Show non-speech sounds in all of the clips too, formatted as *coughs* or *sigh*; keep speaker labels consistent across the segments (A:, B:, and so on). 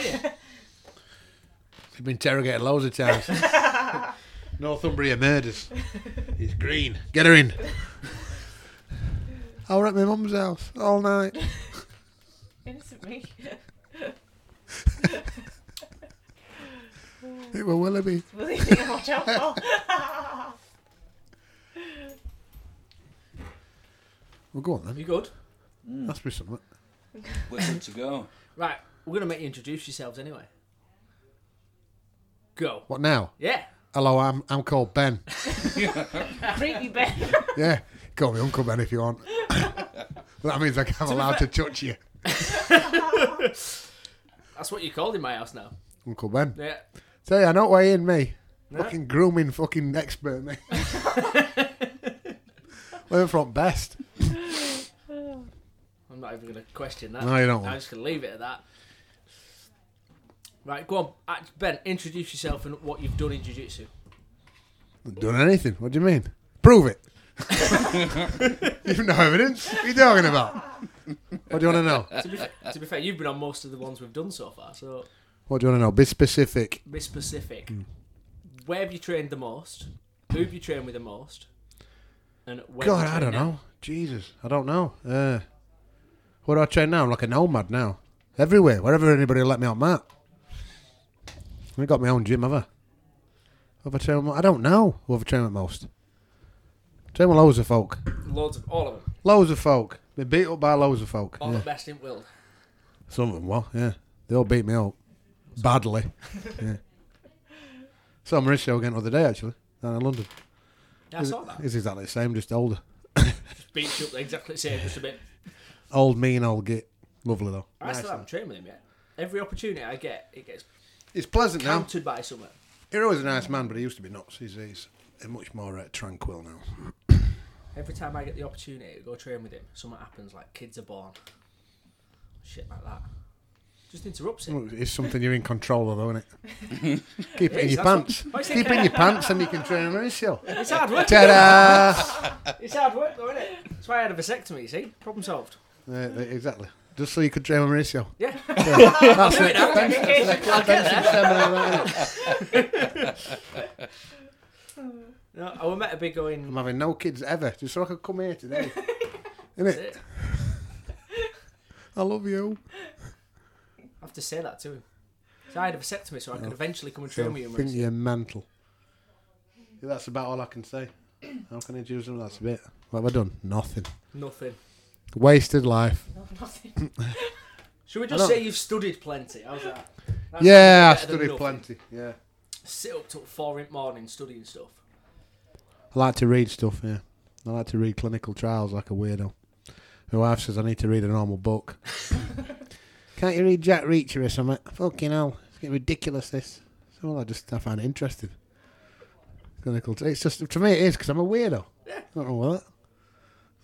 A: you?
B: He's been interrogated loads of times. Northumbria murders. He's green. Get her in. I were at my mum's house all night.
A: Innocent me.
B: It were Willoughby.
A: Will you think I'm watch out for?
B: Well, go on then.
C: You good?
B: That's be something.
D: We're good to go.
C: Right, we're gonna make you introduce yourselves anyway. Go.
B: What now?
C: Yeah.
B: Hello, I'm I'm called Ben.
A: Creepy
C: *laughs*
A: Ben.
B: Yeah, call me Uncle Ben if you want. that means like, I'm allowed to touch you,
C: That's what you're called in my house now.
B: Uncle Ben.
C: Yeah.
B: Say, I don't weigh in me. Fucking grooming, fucking expert me. Learn from best.
C: I'm not even gonna question that.
B: No, you don't.
C: I'm just gonna leave it at that. Right, go on. Act- Ben, introduce yourself and what you've done in jiu-jitsu.
B: Not done anything. What do you mean? Prove it. *laughs* You've no evidence. What are you talking about? What do you want to know?
C: To be, to be fair, you've been on most of the ones we've done so far, so
B: What do you want to know? Be specific.
C: be specific.
B: Hmm.
C: Where have you trained the most? Who have you trained with the most? And where do you
B: God, I don't
C: train now?
B: know. Jesus, I don't know. Uh, what do I train now? I'm like a nomad now. Everywhere, wherever anybody will let me on mat. I ain't got my own gym, have I? Have I trained? with- I don't know. Who have I trained with most? Train with loads of folk.
C: Loads of all of them.
B: Loads of folk. Been beat up by loads of folk.
C: All
B: Yeah.
C: the best in world.
B: Some of them, well, yeah. They all beat me up. Badly. *laughs* yeah. Saw Mauricio again the other day, actually, down in London.
C: Yeah, I saw that.
B: *laughs* It's exactly the same, just older.
C: Beat you up exactly the same, just a bit.
B: Old, mean, old git. Lovely, though.
C: I still haven't trained with him yet. Every opportunity I get, it gets
B: It's pleasant now.
C: countered by someone.
B: He's always a nice man, but he used to be nuts. He's, he's much more uh, tranquil now.
C: Every time I get the opportunity to go train with him, something happens, like kids are born, shit like that. Just interrupts it.
B: Well, It's something you're in control of, though, isn't it?
C: *laughs*
B: Keep it, in
C: is,
B: your
C: that's
B: pants.
C: what- why is
B: *laughs*
C: it-
B: Keep it
C: *laughs*
B: in your pants and you can train Mauricio.
C: It's hard work.
B: Ta-da!
C: *laughs* It's hard work, though, isn't it? That's why I had a vasectomy. You see, problem solved.
B: Uh, exactly. Just so you could train Mauricio.
C: Yeah. *laughs*
B: That's it. Thanks.
A: *laughs*
C: I'll get there. No, I were meant to be
B: I'm
C: going.
B: having no kids ever, just so I could come here today.
C: *laughs* That's
B: Innit?
C: it.
B: I love you.
C: I have to say that to him. So I had a vasectomy, so I could eventually come and
B: I
C: train with you.
B: think
C: Maurice.
B: you're mental. Yeah, that's about all I can say. How can I do something? That's a bit. What have I done? Nothing.
C: Nothing.
B: Wasted life.
A: Nothing.
C: Should we
B: I
C: just
B: don't-
C: say you've studied plenty? How's that? That's
B: yeah, I
C: better than
B: studied
C: nothing.
B: plenty. Yeah.
C: Sit up till four in the morning studying stuff.
B: I like to read stuff, yeah. I like to read clinical trials like a weirdo. My wife says I need to read a normal *laughs* book. Can't you read Jack Reacher or something? Fucking hell. It's getting ridiculous, this. So well, I just I find it interesting. Clinical. T- it's just, to me, it is because I'm a weirdo. I don't know what.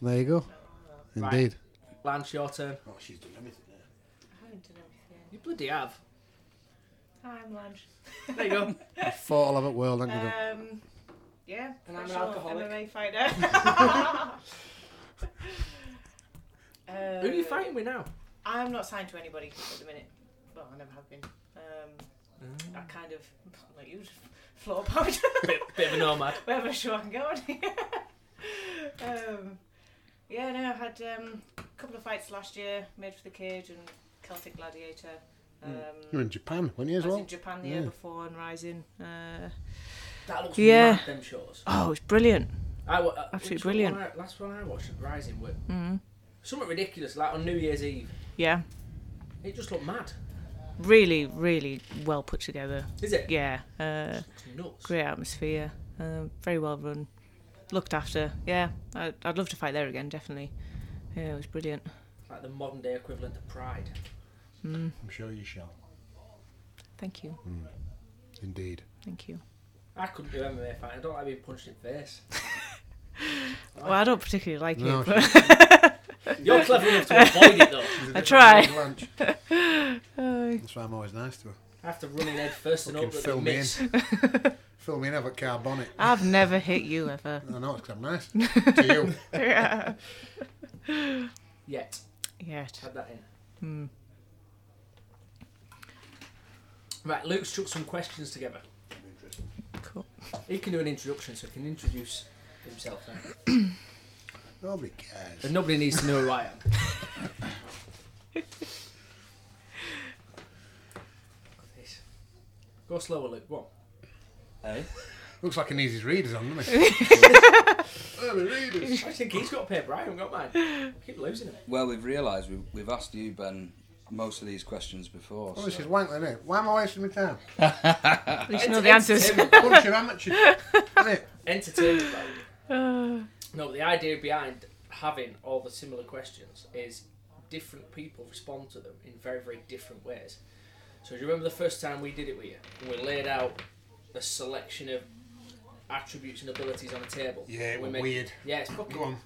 B: There you go.
C: Right.
B: Indeed.
C: Lance, your turn.
B: Oh, she's done everything there.
A: I haven't done everything.
C: You bloody have.
A: Hi, I'm Lange.
C: There you go.
B: Fought all over the world, haven't you? done?
A: Um, yeah,
C: And I'm an
A: professional
C: alcoholic.
A: MMA fighter.
C: *laughs*
A: uh,
C: *laughs* Who are you fighting with now?
A: I'm not signed to anybody at the minute. Well, I never have been. Um,
C: Mm.
A: I kind of, like you, just floor powered
C: Bit, bit of a nomad.
A: wherever show I can go. um, yeah, no, I had um, a couple of fights last year, Made for the Cage and Celtic Gladiator. Um,
B: Hmm. You were in Japan, weren't you, as
A: I was
B: well?
A: in Japan the year
B: Yeah.
A: before and Rising. Uh,
C: That looks
A: Yeah.
C: mad, them shows.
A: oh, it's brilliant.
C: I, wa- uh,
A: Absolutely
C: which one
A: brilliant.
C: I- last one I watched, Rising, was
A: Mm.
C: something ridiculous, like on New Year's Eve.
A: Yeah,
C: It just looked mad.
A: really, really well put together.
C: Is it?
A: Yeah, uh,
C: It's nuts.
A: great atmosphere, um, very well run, looked after. Yeah, I, I'd love to fight there again, definitely. Yeah, it was brilliant.
C: Like the modern day equivalent of Pride.
B: I'm sure you shall.
A: Mm. Thank you,
B: Indeed.
A: thank you.
C: I couldn't do MMA fighting. I don't like being punched in
A: *laughs*
C: the face.
A: Well, I don't particularly like
B: No,
A: it,
B: *laughs*
A: but
C: You're clever enough to avoid it though.
A: I try.
B: *laughs* That's why I'm always nice to her.
C: *laughs* I have to run in head first and
B: Fucking
C: hope that they
B: fill me in.
C: miss.
B: Fill me in, have a car bonnet.
A: I've never hit you ever.
B: I know, it's 'cause I'm nice to you.
A: *laughs* yeah.
C: *laughs* Yet.
A: Yet. Hmm.
C: Add that in. Right, Luke struck some questions together.
A: *sighs* Cool.
C: He can do an introduction, so he can introduce himself now.
E: Nobody cares.
C: And nobody needs to know who I am. This. *laughs* Go slower, Luke. What?
D: Hey?
E: Looks like he needs his readers on, doesn't
A: *laughs*
E: he? Early readers.
C: I think he's got paper. I haven't got mine. I keep losing it.
D: Well, we've realised we've, we've asked you, Ben, most of these questions before.
E: Oh, this
D: so-
E: is wank, isn't it? Why am I wasting my time?
A: At least you know
C: Ent-
A: the answers.
C: entertainment-
E: Bunch of amateurs. isn't it?
C: Entertainment value.
A: Uh,
C: No, the idea behind having all the similar questions is different people respond to them in very, very different ways. So do you remember the first time we did it with you? And we laid out a selection of attributes and abilities on a table.
E: Yeah, it
C: We
E: was
C: made-
E: weird.
C: Yeah, it's fucking.
E: Go on.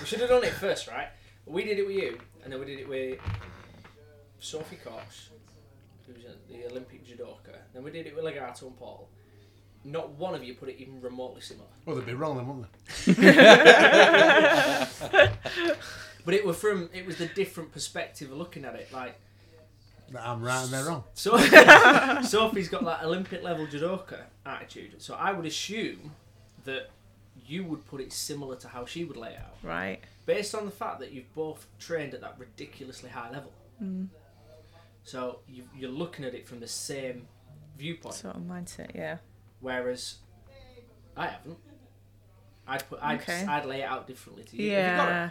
C: We should have done it first, right? We did it with you, and then we did it with Sophie Cox, who's a- the Olympic judoka. Then we did it with Legato and Paul. Not one of you put it even remotely similar.
E: Well, Oh, they'd be wrong then, wouldn't
C: But it were from it was the different perspective of looking at it. Like
E: they? That I'm right and they're wrong.
A: *laughs*
C: so, *laughs* Sophie's got that Olympic level judoka attitude. So I would assume that you would put it similar to how she would lay it out,
A: right.
C: based on the fact that you've both trained at that ridiculously high level.
A: Mm.
C: So you, you're looking at it from the same viewpoint,
A: Sort of mindset, yeah.
C: whereas I haven't. I'd put I'd,
A: Okay.
C: I'd lay it out differently to you. Have you got it?
A: Yeah.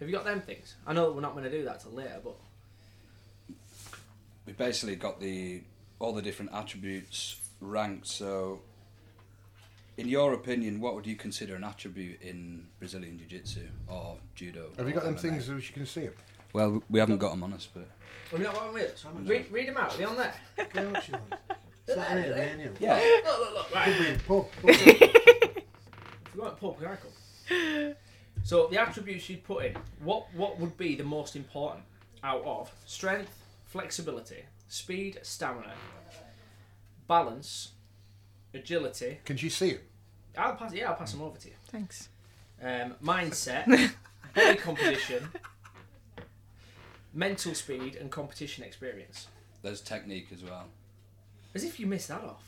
C: Have you got them things? I know that we're not going to do that till later, but
D: We've basically got the all the different attributes ranked. So, in your opinion, what would you consider an attribute in Brazilian Jiu Jitsu or Judo?
E: Have you
D: or
E: got them
D: MMA?
E: things that you can see them?
D: Well, we haven't got them on us, but.
C: Have you not got them with us?
E: How much
C: Read, read them out. Are they on there?
E: How much is that? Is that any of them, any of them?
D: Yeah.
C: Look, look, look. Right.
E: Could be in pub.
C: If you want Paul, can I come? *laughs* So the attributes you'd put in, what what would be the most important out of strength, flexibility, speed, stamina, balance, agility?
E: Can she see them?
C: I'll pass. Yeah, I'll pass them over to you.
A: Thanks.
C: Um, *laughs* mindset, body composition, mental speed, and competition experience.
D: There's technique as well.
C: As if you missed that off.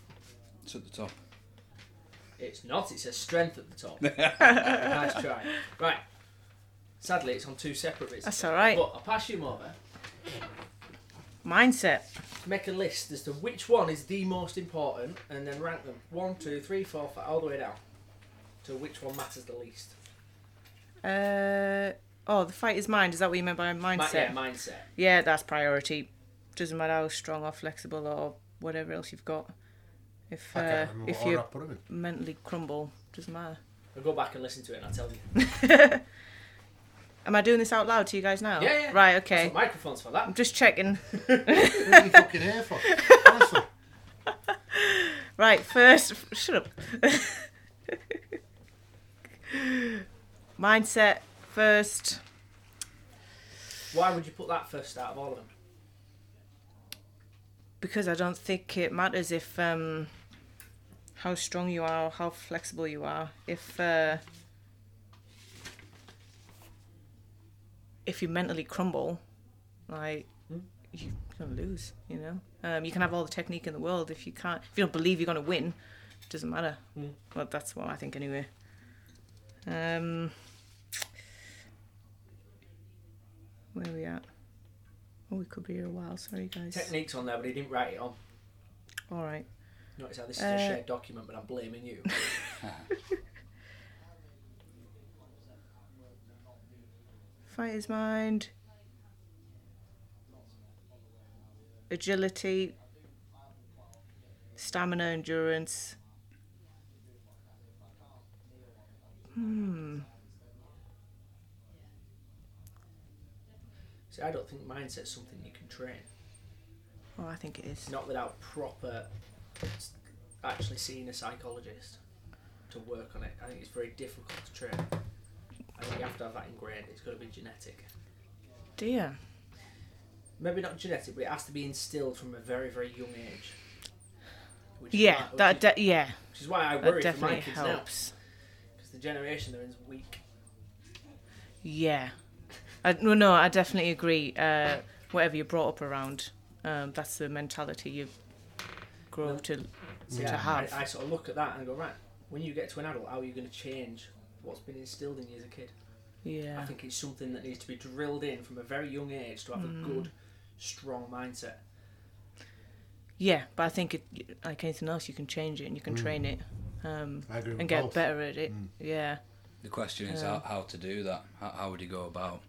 D: It's at the top.
C: It's not. It says strength at the top. nice try. Right. Sadly, it's on two separate bits.
A: That's all right.
C: But I'll pass you them over.
A: Mindset.
C: Make a list as to which one is the most important, and then rank them one, two, three, four, five, all the way down to which one matters the least.
A: Uh, oh, the fighter's mind. Is that what you meant by mindset?
C: Ma- yeah, mindset.
A: Yeah, that's priority. Doesn't matter how strong or flexible or whatever else you've got. If
E: I
A: uh,
E: can't remember
A: if
E: what order
A: you
E: I put them in.
A: mentally crumble, doesn't matter.
C: I'll go back and listen to it, and I'll tell you.
A: Am I doing this out loud to you guys now?
C: Yeah, yeah.
A: Right,
C: That's
A: okay.
C: what microphones for
A: I'm *laughs*
C: that.
A: just checking.
E: What are you fucking here
A: *laughs*
E: for? Honestly.
A: Right, first, f- shut up. *laughs* Mindset first.
C: Why would you put that first out of all of them?
A: because I don't think it matters if um, how strong you are, or how flexible you are. If uh, if you mentally crumble, like you're gonna lose. You know, um, you can have all the technique in the world if you can't. If you don't believe you're gonna win, it doesn't matter. Well, that's what I think anyway. Um, where are we at? Oh, we could be here a while. Sorry, guys.
C: Techniques on there, but he didn't write it on.
A: All right.
C: Notice how this is
A: Uh,
C: a shared document, but I'm blaming you.
A: Fighter's mind. Agility. Stamina, endurance. Hmm.
C: See, I don't think mindset's something you can train.
A: Oh, I think it is.
C: not without proper actually seeing a psychologist to work on it. I think it's very difficult to train. I think you have to have that ingrained. It's got to be genetic.
A: Dear.
C: Maybe not genetic, but it has to be instilled from a very, very young age. Which
A: Yeah,
C: why,
A: that
C: which,
A: de- yeah,
C: is, which is why I
A: that
C: worry for my
A: definitely
C: kids
A: helps.
C: because the generation they're in is weak.
A: Yeah. I, no, no, I definitely agree. Uh, whatever you're brought up around, um, that's the mentality you grow to
C: So
A: to have.
C: I, I sort of look at that and I go, right, when you get to an adult, how are you going to change what's been instilled in you as a kid? I
A: yeah.
C: think it's something that needs to be drilled in from a very young age to have a good, strong mindset.
A: Yeah, but I think it like anything else, you can change it and you can train it um,
B: I agree with
A: and get
B: both.
A: better at it. Yeah.
D: The question is how, how to do that. How, how would you go about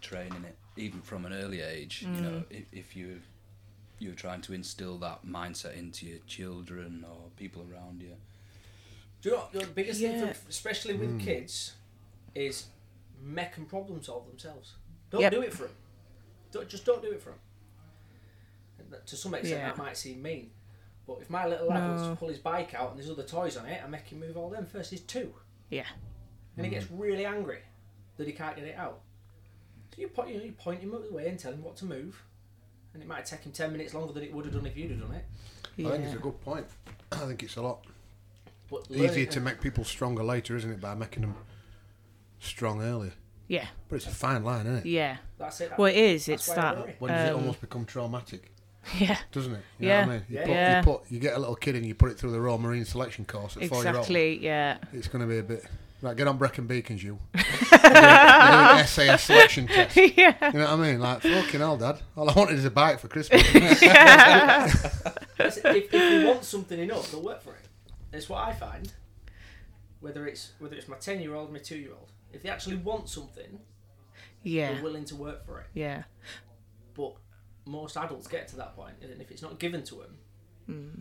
D: training it, even from an early age? You know, if, if you you're trying to instill that mindset into your children or people around you.
C: Do you know what the biggest
A: Yeah.
C: thing, for, especially with kids, is make them problem solve themselves. Don't
A: Yep.
C: do it for them. Don't, just don't do it for them. And that, to some extent,
A: Yeah.
C: that might seem mean, but if my little lad wants
A: No.
C: to pull his bike out and there's other toys on it, I make him move all them first. He's two.
A: Yeah.
C: and he gets really angry that he can't get it out. So you point, you, know, you point him out the way and tell him what to move, and it might take him ten minutes longer than it would have done if you'd have done it.
A: Yeah.
B: I think it's a
E: *clears throat*
B: good point. I think it's a lot
C: But
B: easier
C: learning-
B: to make people stronger later, isn't it? By making them strong earlier.
A: yeah.
B: But it's a fine line, isn't it?
A: Yeah.
C: That's it.
A: Well, it is.
C: That's
A: It's
C: why I
A: that.
C: worry.
B: When does it
A: um,
B: almost become traumatic?
A: *laughs* Yeah.
B: Doesn't it? You
A: Yeah.
B: Know what I mean? You,
C: Yeah.
B: put,
A: Yeah.
B: you put you get a little kid and you put it through the Royal Marine Selection course at four year old.
A: Exactly. Yeah.
B: It's going to be a bit. Right, get on Brecon Beacons,
A: *laughs*
B: you. You're doing an SAS selection test. You
A: *laughs* yeah.
B: know what I mean? Like, fucking hell, Dad. All I wanted is a bike for
A: *laughs*
B: Christmas.
C: That's it. if, if you want something enough, they'll work for it. It's what I find. Whether it's whether it's my ten year old, my two year old, if they actually want something,
A: Yeah.
C: they're willing to work for it.
A: Yeah.
C: But most adults get to that point, and if it's not given to them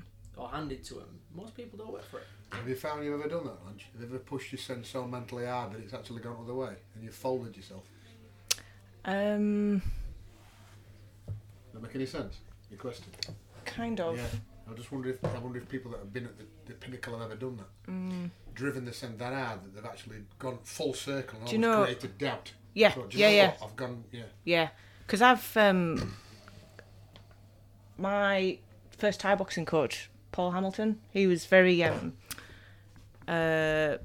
A: Hmm.
C: or handed to them, most people don't work for it.
B: Have you found you've ever done that, lunch? Have you ever pushed yourself so mentally hard that it's actually gone the other way and you've folded yourself?
A: Um.
B: Does that make any sense? Your question?
A: Kind of.
B: Yeah. I just wonder if I wonder if people that have been at the, the pinnacle have ever done that,
A: Mm.
B: driven the send that hard that they've actually gone full circle and
A: Do you
B: almost
A: know-
B: created doubt.
A: Yeah,
B: So, do you
A: yeah,
B: know
A: yeah.
B: what? I've gone. Yeah.
A: Yeah, because I've um, my first Thai boxing coach, Paul Hamilton. He was very um, uh,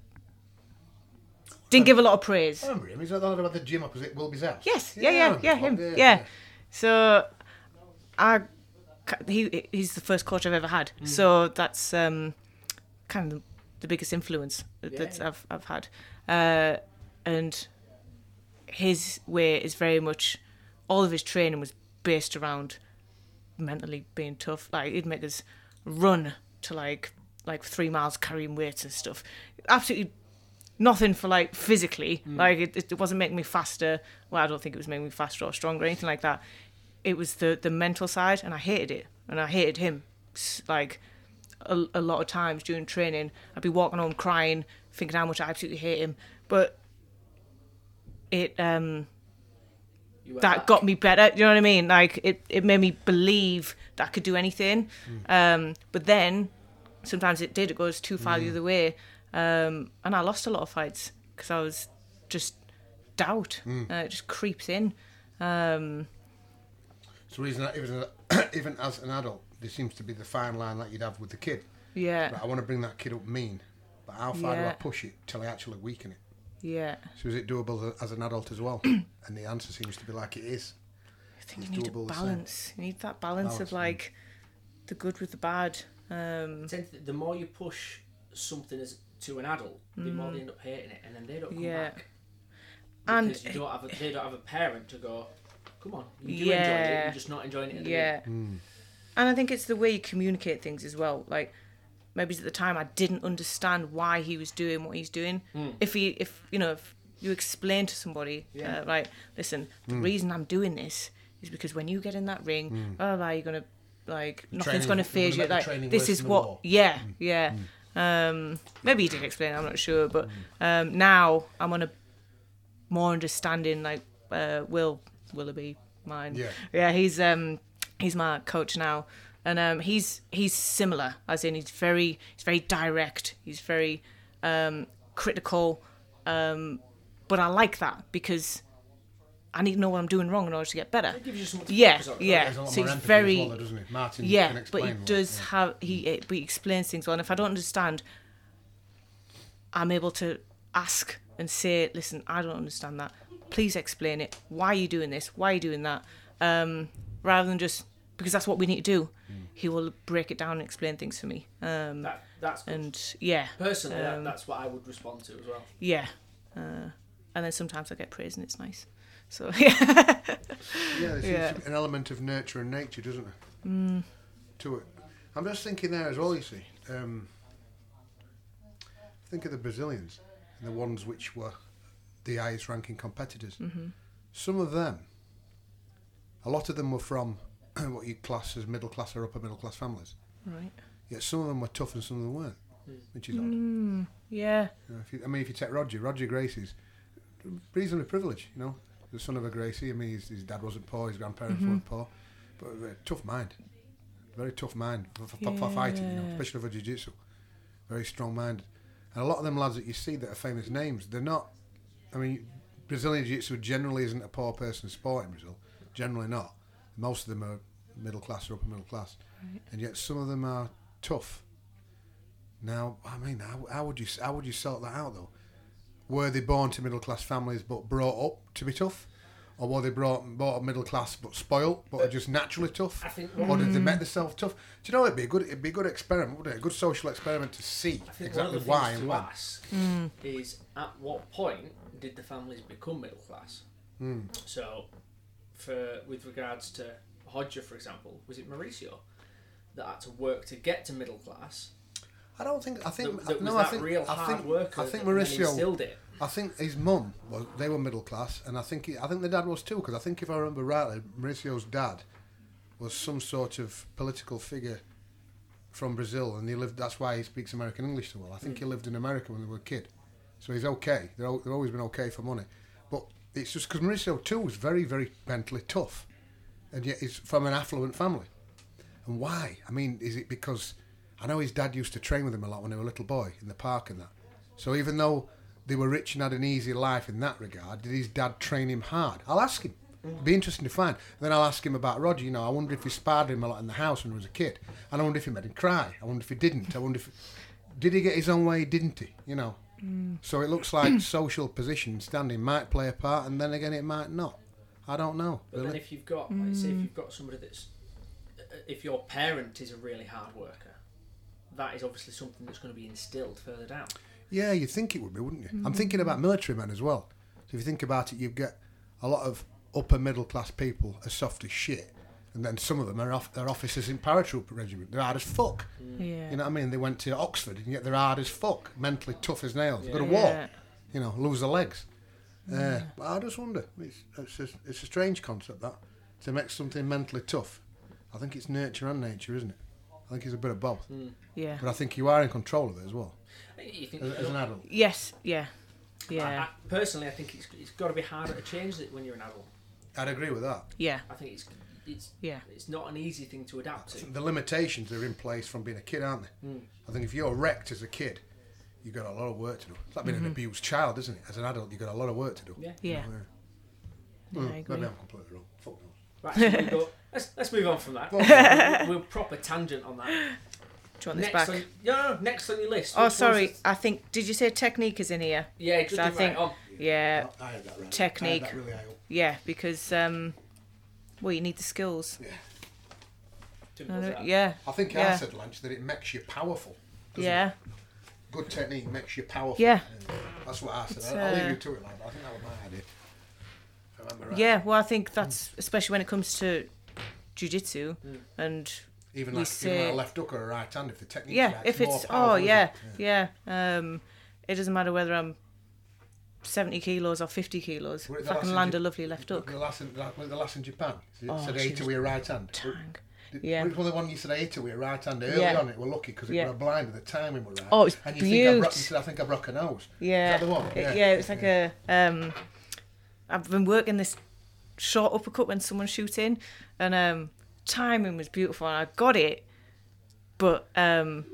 A: didn't give a lot of praise.
B: I remember him. He's not the one about the gym opposite Wilby's house.
A: Yes, yeah, yeah, yeah, him, yeah. So I ca- he he's the first coach I've ever had.
C: Mm.
A: So that's um, kind of the biggest influence that that
C: Yeah.
A: I've I've had, uh, and his way is very much all of his training was based around mentally being tough. Like he'd make us run to like like three miles carrying weights and stuff. Absolutely nothing for like physically. Like it, it wasn't making me faster. Well, I don't think it was making me faster or stronger or anything like that. It was the the mental side, and I hated it, and I hated him. S- Like a, a lot of times during training, I'd be walking home crying, thinking how much I absolutely hate him. But it um
C: You work
A: that
C: back.
A: got me better. You know what I mean? Like it, it made me believe that I could do anything.
B: Mm.
A: Um, but then sometimes it did. It goes too far the other way, um, and I lost a lot of fights because I was just doubt.
B: Mm.
A: Uh, it just creeps in. Um,
B: So even even *coughs* even as an adult, there seems to be the fine line that you'd have with the kid.
A: yeah,
B: Right, I want to bring that kid up mean, but how far do I
A: Yeah.
B: push it till I actually weaken it?
A: yeah.
B: So is it doable as an adult as
A: *coughs*
B: well? and the answer seems to be like it is.
A: I think
B: It's
A: you need a
B: doable, isn't it?
A: balance. You need that balance,
B: Balance,
A: of
B: yeah.
A: like the good with the bad. Um,
C: tend to- the more you push something as to an adult, the more they end up hating it, and then they don't come
A: Hmm. Yeah.
C: back.
A: And-
C: Because you don't have a, they don't have a parent to go, come on, you do enjoy it,
A: Yeah.
C: you're just not enjoying it. At the
A: Yeah.
C: minute."
A: And I think it's the way you communicate things as well. Like maybe at the time I didn't understand why he was doing what he's doing.
B: Mm.
A: If he if you know, if you explain to somebody,
C: Yeah.
A: uh, like, listen, the reason I'm doing this is because when you get in that ring, blah, blah, blah, you're gonna like
B: training-
A: nothing's gonna
B: you're gonna
A: phase you.
B: make the
A: Like
B: training worse
A: this is
B: than the
A: what
B: war.
A: yeah, yeah. Um maybe he did explain, I'm not sure, but um now I'm on a more understanding like uh, Will Willoughby mine.
B: Yeah.
A: Yeah, he's um he's my coach now. And um he's he's similar as in he's very he's very direct. He's very um critical. Um but I like that because I need to know what I'm doing wrong in order to get better.
C: It gives you something to
A: Yeah,
C: focus on.
A: yeah.
B: There's a lot
A: Uh, So
B: more
A: he's
B: empathy
A: very
B: as well, though, doesn't it? Martin can
A: yeah,
B: explain
A: but he
B: more,
A: does
B: yeah.
A: have he it, but he explains things well. And if I don't understand, I'm able to ask and say, "Listen, I don't understand that. Please explain it. Why are you doing this? Why are you doing that?" Um, rather than just because that's what we need to do.
B: Mm.
A: He will break it down and explain things for me. Um,
C: That that's good.
A: and yeah,
C: personally
A: um,
C: that, that's what I would respond to as well.
A: yeah. Uh, and then sometimes I get praise and it's nice. So *laughs* yeah,
B: Yeah, there's
A: Yeah.
B: an element of nurture and nature, doesn't there? Mm. To it. I'm just thinking there as well, you see. Um, think of the Brazilians and the ones which were the highest ranking competitors. Some of them, a lot of them were from *clears throat* what you'd class as middle class or upper middle class families.
A: right.
B: Yet some of them were tough and some of them weren't, which is odd.
A: Mm-hmm. Yeah,
B: You know, if you, I mean, if you take Roger, Roger Gracie's reasonably privileged, you know, the son of a Gracie. I mean, his, his dad wasn't poor, his grandparents
A: Mm-hmm.
B: weren't poor, but a tough mind, very tough mind for, for, for fighting, you know,
A: Yeah.
B: especially for jiu-jitsu. Very strong minded, and a lot of them lads that you see that are famous names, they're not. I mean, Brazilian jiu-jitsu generally isn't a poor person's sport in Brazil, generally not. Most of them are middle class or upper middle class, and yet some of them are tough. Now, I mean, how, how would you how would you sort that out though? Were they born to middle class families but brought up to be tough, or were they brought brought up middle class but spoilt, but are just naturally tough,
C: I think-
B: or did they make themselves tough? Do you know it'd be a good it'd be a good experiment, wouldn't it? A good social experiment to see
C: I think
B: exactly
C: one of the
B: why
C: things
B: and
C: to
B: when.
C: ask
A: Hmm.
C: is at what point did the families become middle class?
B: Hmm.
C: So, for with regards to Hodger, for example, was it Mauricio that had to work to get to middle class?
B: I don't think I think
C: that, that
B: no,
C: was
B: I
C: that
B: think
C: real
B: I
C: hard
B: think
C: worker.
B: I think
C: that then
B: Mauricio
C: instilled it.
B: I think his mum was. They were middle class, and I think he, I think the dad was too. Because I think if I remember rightly, Mauricio's dad was some sort of political figure from Brazil, and he lived. That's why he speaks American English so well. I
C: Mm.
B: think he lived in America when they were a kid, so he's okay. They're, al- they've always been okay for money, but it's just because Mauricio too was very, very mentally tough, and yet he's from an affluent family. And why? I mean, is it because I know his dad used to train with him a lot when he was a little boy in the park and that. So even though they were rich and had an easy life in that regard, did his dad train him hard? I'll ask him. It'd be interesting to find. Then I'll ask him about Roger. You know, I wonder if he sparred him a lot in the house when he was a kid. And I wonder if he made him cry. I wonder if he didn't. I wonder if did he get his own way? Didn't he? You know. So it looks like social position standing might play a part, and then again it might not. I don't know.
C: But
B: really.
C: then if you've got, like,
A: Mm.
C: say, if you've got somebody that's, uh, if your parent is a really hard worker, that is obviously something that's going to be instilled further down.
B: Yeah, you'd think it would be, wouldn't you?
A: Mm-hmm.
B: I'm thinking about military men as well. So if you think about it, you get a lot of upper middle class people are soft as shit. And then some of them are off, they're officers in paratroop regiment. They're hard as fuck.
A: yeah.
B: You know what I mean? They went to Oxford and yet they're hard as fuck, mentally tough as nails. They've got to
A: Yeah.
B: walk, you know, lose their legs. Uh, but I just wonder. It's, it's, a, it's a strange concept that to make something mentally tough. I think it's nurture and nature, isn't it? I think it's a bit of both.
A: Mm. yeah.
B: But I think you are in control of it as well,
C: You think,
B: as, as an adult.
A: Yes, yeah,
C: I,
A: yeah,
C: I, personally, I think it's, it's got to be harder to change it when you're an adult.
B: I'd agree with that.
A: yeah,
C: I think it's it's
A: yeah,
C: it's not an easy thing to adapt to.
B: the limitations are in place from being a kid, aren't they?
A: Hmm.
B: I think if you're wrecked as a kid, you've got a lot of work to do. It's like being an abused child, isn't it? As an adult, you've got a lot of work to do.
C: Yeah.
A: Mm-hmm. yeah.
B: Mm,
A: I agree.
B: maybe I'm completely wrong. Fuck no.
C: Right, so we
A: *laughs*
C: go, let's, let's move on from that. *laughs* we'll, we'll, proper tangent on that.
A: Do you want this
C: Next
A: back?
C: on, no, no, no, next on your list.
A: Oh,
C: which one's
A: sorry.
C: it?
A: I think. Did you say technique is in here?
C: Yeah, just
A: So I
C: do
A: think-
C: right on.
A: Yeah,
B: I had that right.
A: Uh, Technique.
B: I had that really high up.
A: yeah. Because um, well, you need the skills.
C: Simple
A: I
C: as
A: don't-
C: that.
A: Yeah,
B: I think I
A: Yeah.
B: said, Lynch, that it makes you powerful. doesn't
A: yeah,
B: it? Good technique makes you powerful.
A: Yeah.
B: That's what I
A: It's,
B: said. I'll, I'll leave
A: uh,
B: you to it, lad. but I think that was my idea. If I remember right. Mm.
A: yeah. Well, I think that's especially when it comes to jujitsu and
B: Even
A: We
B: like, even
A: say-
B: like a left hook or a right hand, if the technique
A: yeah,
B: right,
A: if
B: more
A: it's
B: powerful,
A: oh
B: isn't it?
A: yeah, yeah. Um, it doesn't matter whether I'm seventy kilos or fifty kilos.
B: Were it
A: If
B: the
A: I
B: last
A: can
B: in
A: land
B: Ja-
A: a lovely left
B: the-
A: hook,
B: The last in, like, was the last in Japan. It
A: Oh,
B: said
A: she
B: eight
A: was
B: away right hand.
A: tang.
B: Did-
A: Yeah.
B: Which was the one you said eight away right hand early
A: Yeah.
B: on? It were lucky because it
A: Yeah.
B: were a blind at the time. It were right.
A: Oh, it's
B: and you think I broke, you
A: beaut-
B: said, I think I broke a nose.
A: Yeah.
B: Is that the one?
A: It- Yeah. it was like a. Um, I've been working this short uppercut when someone's shooting, and um, timing was beautiful, and I got it, but um,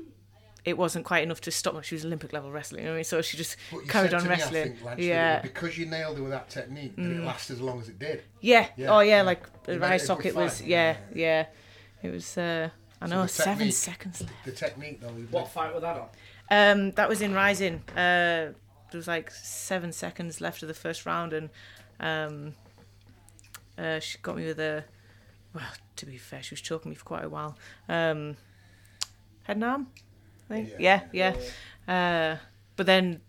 A: it wasn't quite enough to stop her. She was Olympic level wrestling, you know what I mean, so she just
B: But you
A: carried
B: said
A: on
B: to Me, I
A: wrestling.
B: think, Lanch, that it
A: yeah. Mm.
B: was because you nailed it with that technique, that it lasted as long as it did.
A: yeah,
B: Yeah,
A: Oh
B: yeah.
A: yeah, like
B: You
A: the
B: made
A: eye
B: it a good
A: socket was.
B: fight.
A: Yeah,
B: Yeah,
A: yeah. It was. Uh, I
B: So
A: know
B: the
A: seven
B: technique-
A: seconds left.
B: The technique, though. was-
C: What fight was that on?
A: Um, that was in Rising. Uh, there was like seven seconds left of the first round, and um, uh, she got me with a well to be fair, she was choking me for quite a while. Um, head and arm, I think.
B: Yeah.
A: Yeah, yeah. Uh, but then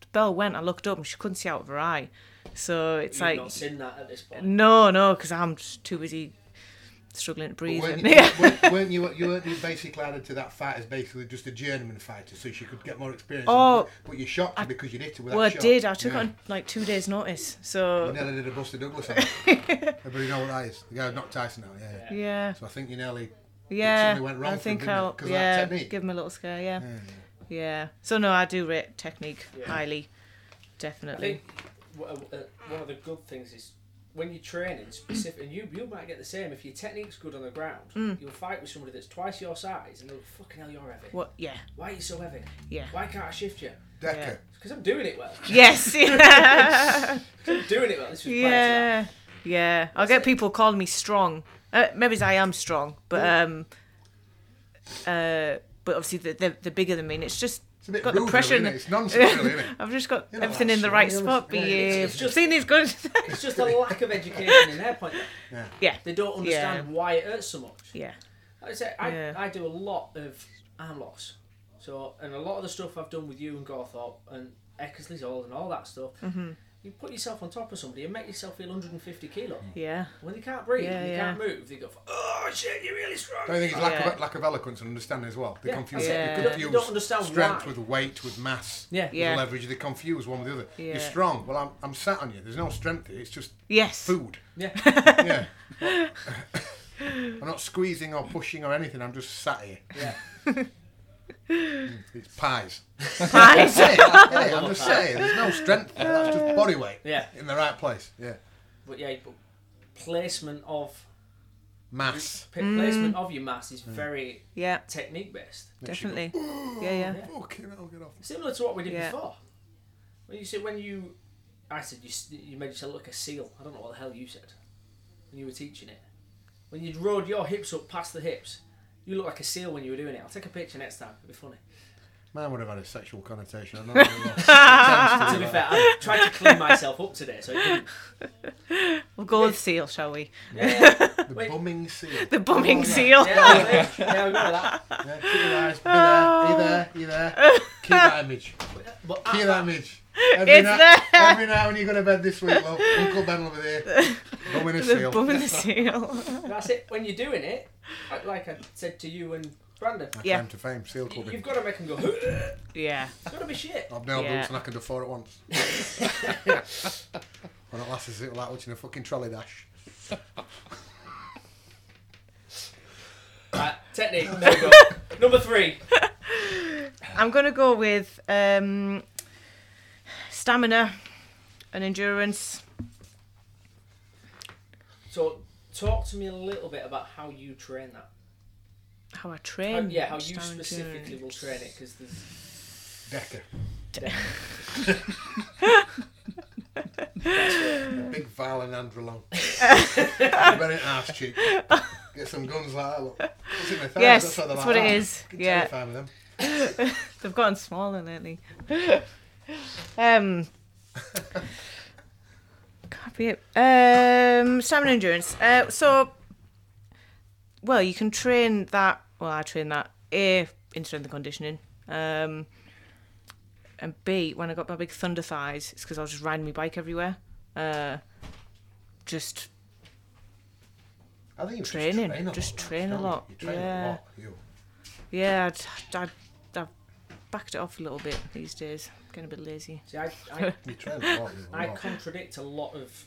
A: the bell went. I looked up and she couldn't see out of her eye. So it's
C: You've
A: like
C: not seen that at this point.
A: no, no, because I'm just too busy struggling to breathe.
B: Weren't
A: And, *laughs*
B: you,
A: yeah.
B: weren't- weren't you, you weren't basically added to that fight as basically just a journeyman fighter so she could get more experience? and-
A: Oh.
B: but you shocked her
A: I-
B: because you hit her with
A: Well, I
B: that shot.
A: did. I took
B: Yeah.
A: it on like two days' notice.
B: You
A: So
B: nearly did a Buster Douglas.
C: *laughs*
B: on her. Everybody know what that is. The guy who knocked Tyson out. Yeah. yeah.
A: yeah,
B: So I think you nearly.
A: yeah.
B: something went wrong
A: I
B: for
A: think
B: him, didn't it?
A: I'll
B: 'Cause of that
A: yeah
B: technique.
A: give him a little scare. Yeah,
B: Yeah,
A: yeah.
B: yeah.
A: So no, I do rate technique
C: Yeah.
A: highly,
C: I
A: definitely.
C: think w- uh, one of the good things is when you're training specific, and you you might get the same if your technique's good on the ground.
A: Hmm.
C: You'll fight with somebody that's twice your size, and they'll fucking hell, you're heavy.
A: What? Yeah, *laughs*
C: Why are you so heavy?
A: yeah.
C: Why can't I shift you?
B: Decker.
C: Because I'm doing it well.
A: Yes. yeah.
C: I'm doing it well. This
A: *laughs*
C: was prior to that.
A: yeah. Yeah. I'll get people calling me strong. Uh, maybe I am strong, but um, uh, but obviously they're, they're, they're bigger than me, and it's just *laughs*
B: It's a bit
A: got the
B: brutal,
A: pressure. in
B: Isn't
A: the-
B: it? It's
C: *laughs*
B: nonsense, really, isn't it?
A: I've just got
B: You're not
A: everything
B: that
A: in the
B: strong,
A: right
B: you're
A: spot.
B: just- yeah,
A: But
B: it's-
A: yeah,
C: it's just-
A: seen
B: *laughs*
A: these good. *laughs*
C: It's just a lack of education in their point.
B: Yeah.
A: yeah,
C: They don't understand why it hurts so much.
A: yeah,
C: Like I say, I,
A: Yeah.
C: I do a lot of arm locks. So, and a lot of the stuff I've done with you and Gorthorpe and Eckersley's Old and all that stuff,
A: Mm-hmm.
C: you put yourself on top of somebody and make yourself feel 150 kilo.
B: Mm.
A: yeah.
C: When they can't breathe,
A: Yeah,
C: and they
A: yeah.
C: can't move, they go, oh shit, you're really strong.
B: Don't you think it's lack,
A: Yeah.
B: of, lack of eloquence and understanding as well? They
C: Yeah,
B: confuse,
A: that's it.
B: they
A: Yeah.
B: confuse
C: You don't understand
B: strength
C: why.
B: with weight, with mass,
C: Yeah.
B: with
A: Yeah.
B: leverage. They confuse one with the other. You're
A: Yeah.
B: strong. Well, I'm, I'm sat on you. There's no strength here. It's just
A: Yes.
C: *laughs*
B: food.
A: *laughs*
C: Yeah.
B: Yeah. I'm not squeezing or pushing or anything. I'm just sat here. *laughs* Hmm.
C: yeah.
B: It's pies.
A: Pies.
B: *laughs*
C: *laughs*
B: Hey, hey, I'm just saying, there's no strength there. That's just body weight
C: Yeah.
B: in the right place. Yeah.
C: But yeah, but placement of
B: Mass.
C: p-
A: Mm.
C: placement of your mass is
B: Mm.
C: very
A: yeah,
C: technique based.
A: definitely. Yeah, yeah.
B: Fucking hell, get off.
C: Similar to what we did
A: Yeah.
C: before. When you said when you, I said you s- you made yourself look a seal. I don't know what the hell you said when you were teaching it. When you'd rode your hips up past the hips, you looked like a seal when you were doing it. I'll take a picture next time. It'd be funny.
B: Man would have had a sexual connotation. I don't know.
A: *laughs*
B: what
C: *laughs* to
B: it
C: be
B: was.
C: fair, I tried to clean myself up today, so it didn't.
A: We'll go with seal, shall we?
C: *laughs* Yeah, yeah,
B: The
C: Wait.
B: bumming seal.
A: *laughs* The bumming
B: Oh, yeah.
A: seal.
C: yeah, *laughs* yeah, yeah, I remember that.
B: Yeah, keep your eyes. Be there. Be there. You there. Keep that image.
C: But at
B: Keep
C: that-
B: that image. Every
A: Oh. It's
B: night,
A: there.
B: every night when you go to bed this week, love, Uncle Ben will be
A: *laughs*
B: there. Bumming a
A: The
B: seal.
A: bumming the seal. *laughs*
C: That's it. When you're doing it, like- like I said to you and Brandon,
A: Yeah.
B: Time to fame. Seal
C: you-
B: clubbing.
C: you've got to make them go. It's
A: Yeah.
C: got to be shit.
B: I've nailed
A: Yeah.
B: boots and I can do four at
C: *laughs*
B: once. when it lasts, it like watching a fucking trolley dash.
C: Right, technique. There we go. Number three.
A: I'm gonna go with um, stamina and endurance.
C: So, talk to me a little bit about how you train that.
A: How I
C: How,
A: train.
C: yeah, how you
A: stamina,
C: specifically will
A: endurance.
C: train it, because there's
B: Decker.
C: That's
B: *laughs* A big Val and Andrew
A: *laughs*
B: Long. Very ass cheek. Get some guns like that. Look. It's in my thighs,
A: Yes,
B: why they're like
A: that's what it
B: that.
A: is.
B: Get
A: Yeah.
B: terrified with them.
A: They've gotten smaller lately. um, can't be it. Um, stamina and endurance. Uh, so, well, you can train that. Well, I train that A in strength and conditioning. Um, and B, when I got my big thunder thighs, it's because I was just riding my bike everywhere. Uh, just
B: I think you just
A: Training,
B: train a lot.
A: just
B: though,
A: train a
B: don't you?
A: lot,
B: You train a
A: yeah.
B: lot. You.
A: yeah, I'd, I'd, I've backed it off a little bit these days. Getting a bit lazy.
C: see, I,
A: *laughs*
C: I,
B: You train a lot. You, a
C: I
B: lot.
C: contradict a lot of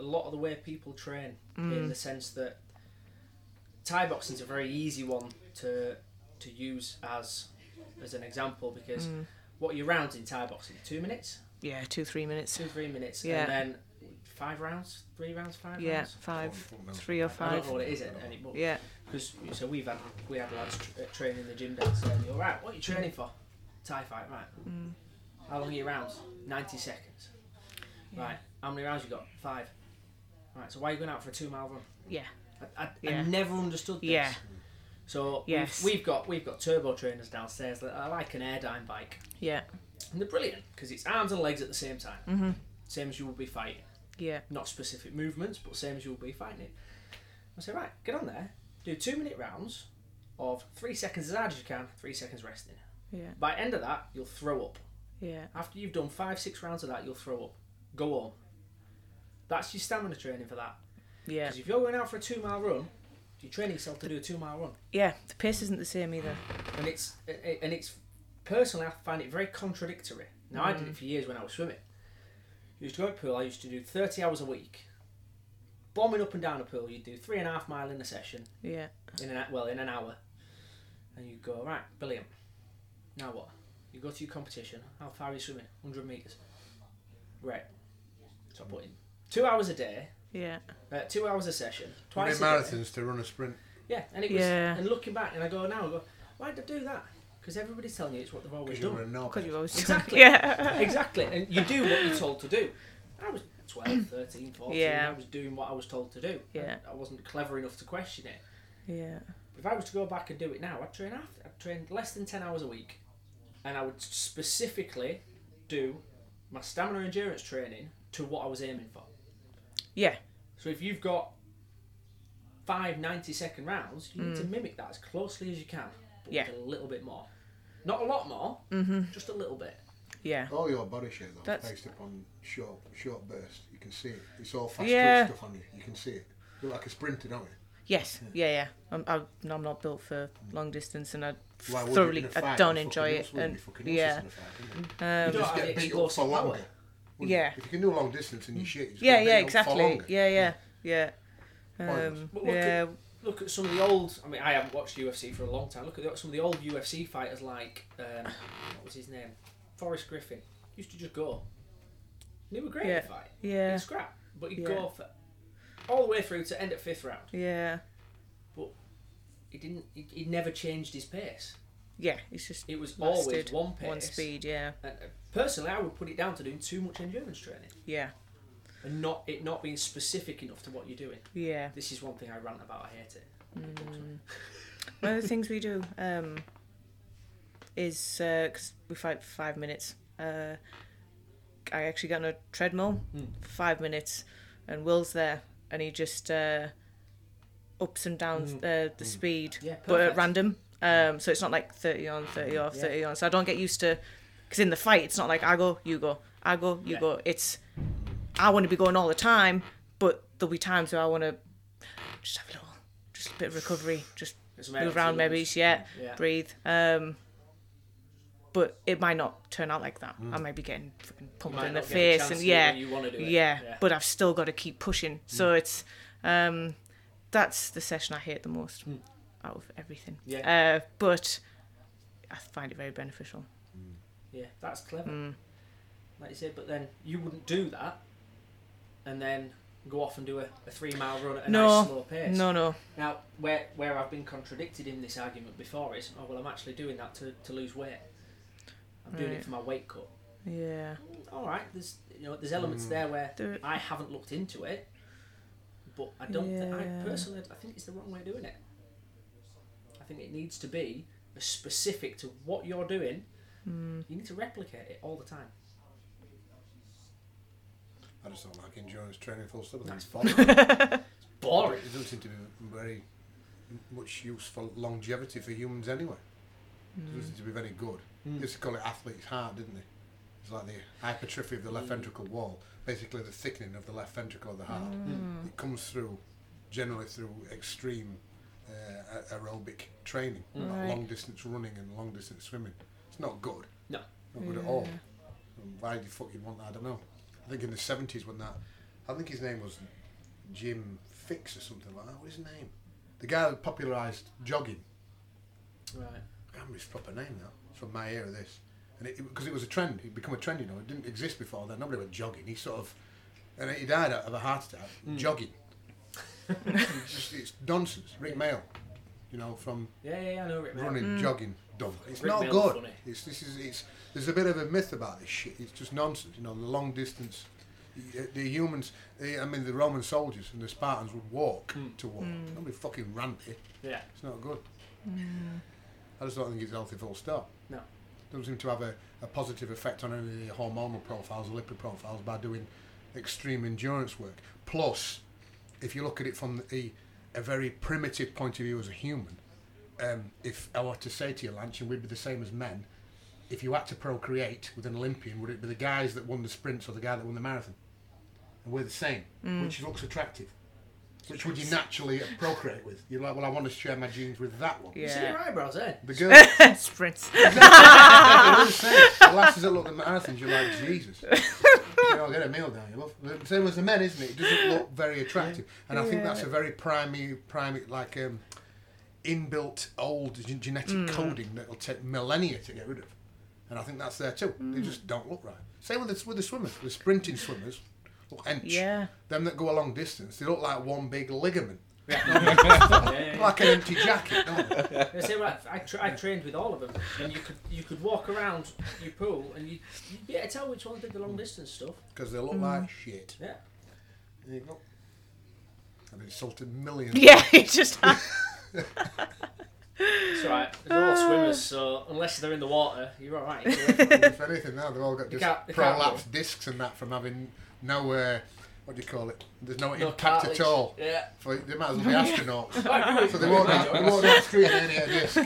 C: a lot of the way people train
A: Mm.
C: in the sense that Thai boxing's a very easy one to to use as as an example because
A: Mm.
C: what are your rounds in Thai boxing? Two minutes,
A: Yeah, two three minutes.
C: two three minutes,
A: Yeah.
C: and then five rounds, three rounds, five
A: Yeah,
C: rounds.
A: five,
B: Fuck knows.
A: three or
C: I
A: five.
C: don't know what it is anymore.
A: Yeah,
C: Because so we've had we had lads tr- uh, training in the gym downstairs. All right, what are you training for? Tie fight, right?
A: Mm.
C: How long are your rounds? Ninety seconds. Right. How many rounds you got? Five. Right. So why are you going out for a two mile run?
A: yeah,
C: I, I, I
A: Yeah.
C: never understood this.
A: Yeah.
C: So
A: Yes.
C: we've, we've got we've got turbo trainers downstairs that are like an airdyne bike,
A: yeah,
C: and they're brilliant because it's arms and legs at the same time, mm-hmm. same as you will be fighting
A: yeah,
C: not specific movements, but same as you'll be finding. I said, right, get on there, do two minute rounds of three seconds as hard as you can, three seconds resting.
A: Yeah.
C: By end of that, you'll throw up.
A: Yeah.
C: After you've done five, six rounds of that, you'll throw up. Go on. That's your stamina training for that.
A: Yeah.
C: Because if you're going out for a two mile run, you're training yourself to do a two mile run,
A: Yeah. The pace isn't the same either.
C: and it's and it's personally I find it very contradictory. Now I did it for years when I was swimming. I used to go at pool. I used to do thirty hours a week, bombing up and down a pool. You'd do three and a half mile in a session,
A: Yeah.
C: in an well in an hour, and you go right, brilliant. Now what? You go to your competition. How far are you swimming? Hundred meters. Right. So I put in two hours a day,
A: Yeah.
C: uh, two hours a session,
B: Running
C: twice a day.
B: marathons to run a sprint.
C: Yeah, and it was.
A: Yeah.
C: And looking back, and I go now, I go, why did I do that? Because everybody's telling you it's what they've always
B: Because you were a
C: done.
B: knob.
A: Because you
B: *laughs*
A: always
C: Exactly.
A: Yeah.
C: *laughs* exactly, and you do what you're told to do. I was
A: *clears throat*
C: 12, 13, 14.
A: Yeah.
C: I was doing what I was told to do.
A: Yeah.
C: I, I wasn't clever enough to question it.
A: Yeah.
C: If I was to go back and do it now, I'd train after. I'd train less than 10 hours a week, and I would specifically do my stamina endurance training to what I was aiming for.
A: Yeah.
C: So if you've got five 90 second rounds, you need to mimic that as closely as you can, but
A: Hmm. Yeah. Mm-hmm.
C: with a little bit more. Not a lot more, just a little bit.
A: Yeah.
B: All your body shape though,
A: That's-
B: based upon short, short bursts. You can see it. It's all fast twitch
A: Yeah.
B: stuff on you. You can see it. You look like a sprinter, don't you?
A: Yes. Yeah. Yeah. I'm, I'm, no, I'm not built for long distance, and I
B: Like, would you
A: thoroughly
B: in a
A: I
B: fight,
A: don't
B: you
A: enjoy
B: fucking
A: it.
B: nuts, wouldn't you? Fucking nuts
A: And yeah.
B: in a fight, wouldn't you?
A: Um,
C: you
B: You
C: don't
B: just get
C: have the
B: beat up for
C: explosive
B: longer.
C: power.
B: wouldn't you?
A: Yeah.
B: If you can do a long distance and you shit, you just
A: Yeah.
B: get
A: Yeah.
B: beat up for
A: Exactly.
B: longer.
A: Yeah. Yeah. Yeah.
B: Pointless.
A: Um,
C: But look
A: yeah.
C: Look at some of the old. I mean, I haven't watched UFC for a long time. Look at the, some of the old UFC fighters, like um, what was his name, Forrest Griffin. Used to just go. And they were great at
A: Yeah.
C: the fight.
A: Yeah.
C: He'd scrap, but he'd
A: Yeah.
C: go for all the way through to end at fifth round.
A: Yeah.
C: He didn't. He, he never changed his pace.
A: Yeah. It's just
C: It was
A: lasted
C: always one pace,
A: one speed. Yeah.
C: And uh, personally, I would put it down to doing too much endurance training
A: Yeah.
C: and not it not being specific enough to what you're doing.
A: Yeah.
C: This is one thing I rant about. I hate it.
A: One of the things we do um, is because we fight for five minutes. Uh, I actually got on a treadmill
C: Hmm.
A: for five minutes, and Will's there, and he just uh, ups and downs uh, the speed,
C: Hmm. Yeah,
A: but at
C: perfect. Hmm.
A: random. Um, so it's not like thirty on, thirty off,
C: Yeah.
A: thirty on. So I don't get used to because in the fight it's not like I go, you go, I go, you
C: Yeah.
A: go. It's I want to be going all the time, but there'll be times where I want to just have a little, just a bit of recovery, just
C: It's
A: move around maybe yeah,
C: Yeah.
A: breathe um but it might not turn out like that i might be getting fucking pumped in the face and yeah
C: you want to do it. Mm.
A: yeah, but i've still got to keep pushing so it's um that's the session i hate the most
C: Mm.
A: out of everything uh but i find it very beneficial
C: Yeah, that's clever.
A: Mm.
C: Like you said, but then you wouldn't do that and then go off and do a, a three mile run at a
A: No,
C: nice slow pace.
A: no no
C: Now, where where I've been contradicted in this argument before is, oh, well, I'm actually doing that to, to lose weight. I'm doing
A: Right.
C: it for my weight cut.
A: yeah
C: All right, there's you know there's elements there where
A: There-
C: I haven't looked into it, but I don't. thi-
A: Yeah.
C: I personally, I think it's the wrong way of doing it. I think it needs to be as specific to what you're doing.
A: Hmm.
C: You need to replicate it all the time.
B: I just don't like endurance training full stop. That's
C: That's
B: boring.
C: Boring.
B: It doesn't seem to be very much use for longevity for humans anyway. It
A: Mm.
B: doesn't seem to be very good. They used to call it athlete's heart, didn't they? It's like the hypertrophy of the left ventricle wall, basically the thickening of the left ventricle of the heart. It comes through generally through extreme uh, a- aerobic training,
A: Right.
B: like long distance running and long distance swimming. It's not good.
C: No.
B: Not good at all. And why the fuck you want that? I don't know. I think in the seventies when that, I think his name was Jim Fix or something like that. What was his name? The guy that popularised jogging.
C: Right.
B: I can't remember his proper name now. It's from my era. This, and it because it, was a trend. It become a trend. You know, it didn't exist before then. Nobody went jogging. He sort of, and he died of a heart attack
C: Hmm. *laughs*
B: jogging. it's just it's nonsense. Rick Mail, you know, from
C: Yeah, yeah, yeah, I know. Rick Mail.
B: running, jogging, dumb. It's
C: Rick
B: not
C: Mail's
B: good.
C: funny.
B: It's this is it's. There's a bit of a myth about this shit. It's just nonsense. You know, the long distance. The the humans, the, I mean, the Roman soldiers and the Spartans would walk
C: Hmm.
B: to war. Nobody fucking ran it.
C: Yeah.
B: It's not good. I just don't think it's healthy. Full stop.
C: No.
B: Doesn't seem to have a, a positive effect on any of the hormonal profiles, lipid profiles, by doing extreme endurance work. Plus, if you look at it from the a very primitive point of view as a human, um, if I were to say to you, Lance, and we'd be the same as men, if you had to procreate with an Olympian, would it be the guys that won the sprints or the guy that won the marathon? And we're the same, which looks attractive. Which would you naturally procreate with? You're like, well, I want to share my genes with that one.
C: You see your
A: Yeah.
C: eyebrows, eh?
A: *laughs*
B: The girls,
C: *laughs*
A: Sprints.
B: They're all the same. The lasses that look at marathons, you're like, Jesus. you know, get a meal down, you love. The Same as the men, isn't it? It doesn't look very attractive. And I think that's a very primary, primary like, um, inbuilt old gen- genetic coding that will take millennia to get rid of. And I think that's there too. They just don't look right. Same with the, with the swimmers, the sprinting swimmers. Look, hench.
A: Yeah.
B: Them that go a long distance, they look like one big ligament.
C: Yeah, yeah, yeah.
B: Like an empty jacket, don't they?
A: *laughs*
C: They say, right, I, tra- I trained with all of them, and you could you could walk around your pool, and you you'd be able to tell which one did the long distance stuff.
B: Because they look like shit.
C: Yeah.
B: There you go. I've insulted millions.
A: Yeah, *laughs* it just
C: It's all right. They're all swimmers, so unless they're in the water, you're all right.
B: if anything, now they've all got just
C: can't- you can't
B: prolapsed discs and that from having no, uh, what do you call it? There's no,
C: No
B: impact
C: cartilage.
B: at all.
C: Yeah.
B: *laughs* For, they might as well be astronauts.
C: Oh, it ruined-
B: so they won't have, they won't have screen any of this.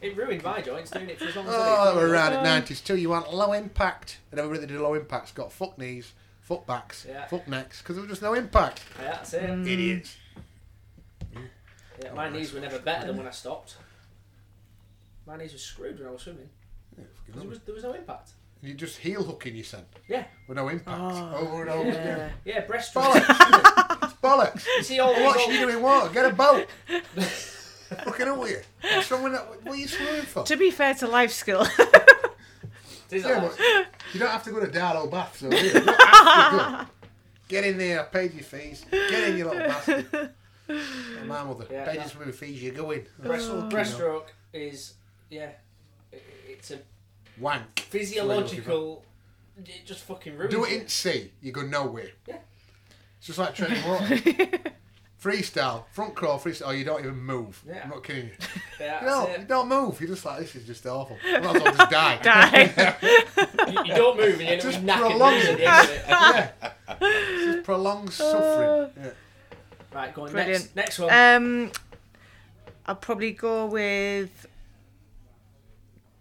C: It ruined my joints doing it for as long as I
B: uh, Oh,
C: did.
B: they were around at 90s too. You want low impact. And everybody that did low impact's got fuck knees, fuck backs,
C: Yeah.
B: fuck necks, because there was just no impact.
C: Yeah, that's
A: *laughs*
C: it.
B: Idiots.
C: Yeah, my knees were never better than when I stopped. My knees were screwed when I was swimming. 'cause There was, there was no impact.
B: You just heel hooking, you said,
C: Yeah.
B: with no impact. over
C: Oh,
B: and over again.
C: Yeah, breaststroke.
B: Bollocks! Bollocks!
C: You see all these
B: What
C: old, *laughs*
B: should you doing? What? Get a boat. Fucking up with you. What's wrong with that? What are you swimming for?
A: to be fair to life
C: *laughs*
A: skill. *laughs*
C: these
B: Yeah,
C: old-
B: but you don't have to go to Darlow Baths over here. You don't have to go. Get in there. I paid your fees. Get in, you little bastard. Like my mother.
C: Yeah,
B: paid
C: no.
B: your swimming fees. You're going.
C: breast,
B: Fucking hell.
C: breaststroke is, yeah, i- it's a
B: Wank.
C: physiological. It just fucking ruins
B: Do it in sea. You go nowhere.
C: Yeah.
B: It's just like treading
C: *laughs*
B: water. freestyle. Front crawl. Freestyle. Oh, you don't even move.
C: Yeah.
B: I'm not kidding you.
C: Yeah, that's
B: No,
C: it.
B: you don't move. You're just like, this is just awful. I might as well just die.
A: *laughs* Die.
C: You, you don't move and you end up
B: Just
C: with knackered
B: prolong
C: knees at
B: it.
C: the end of it.
B: yeah. It's just prolonged suffering. Yeah.
C: Right, go on.
A: Brilliant.
C: Next, next one.
A: Um, I'll probably go with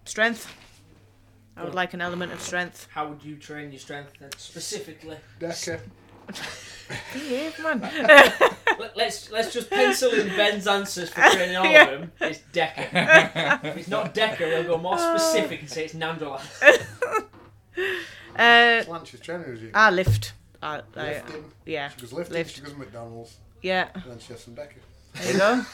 A: strength. I would like an element of strength.
C: How would you train your strength then, specifically?
B: Decker.
A: Behave, man.
C: Let, let's let's just pencil in Ben's answers for training all
A: Yeah.
C: of them. It's Decker.
A: *laughs*
C: if it's not Decker, we'll go more specific and say it's Nandrolak.
A: *laughs* Uh,
B: Lance's trainer was you.
A: I lift. I, I,
B: Lifting.
A: yeah.
B: She goes lifting,
A: Lift.
B: she goes McDonald's,
A: Yeah.
B: and then she has some Decker.
A: There you go.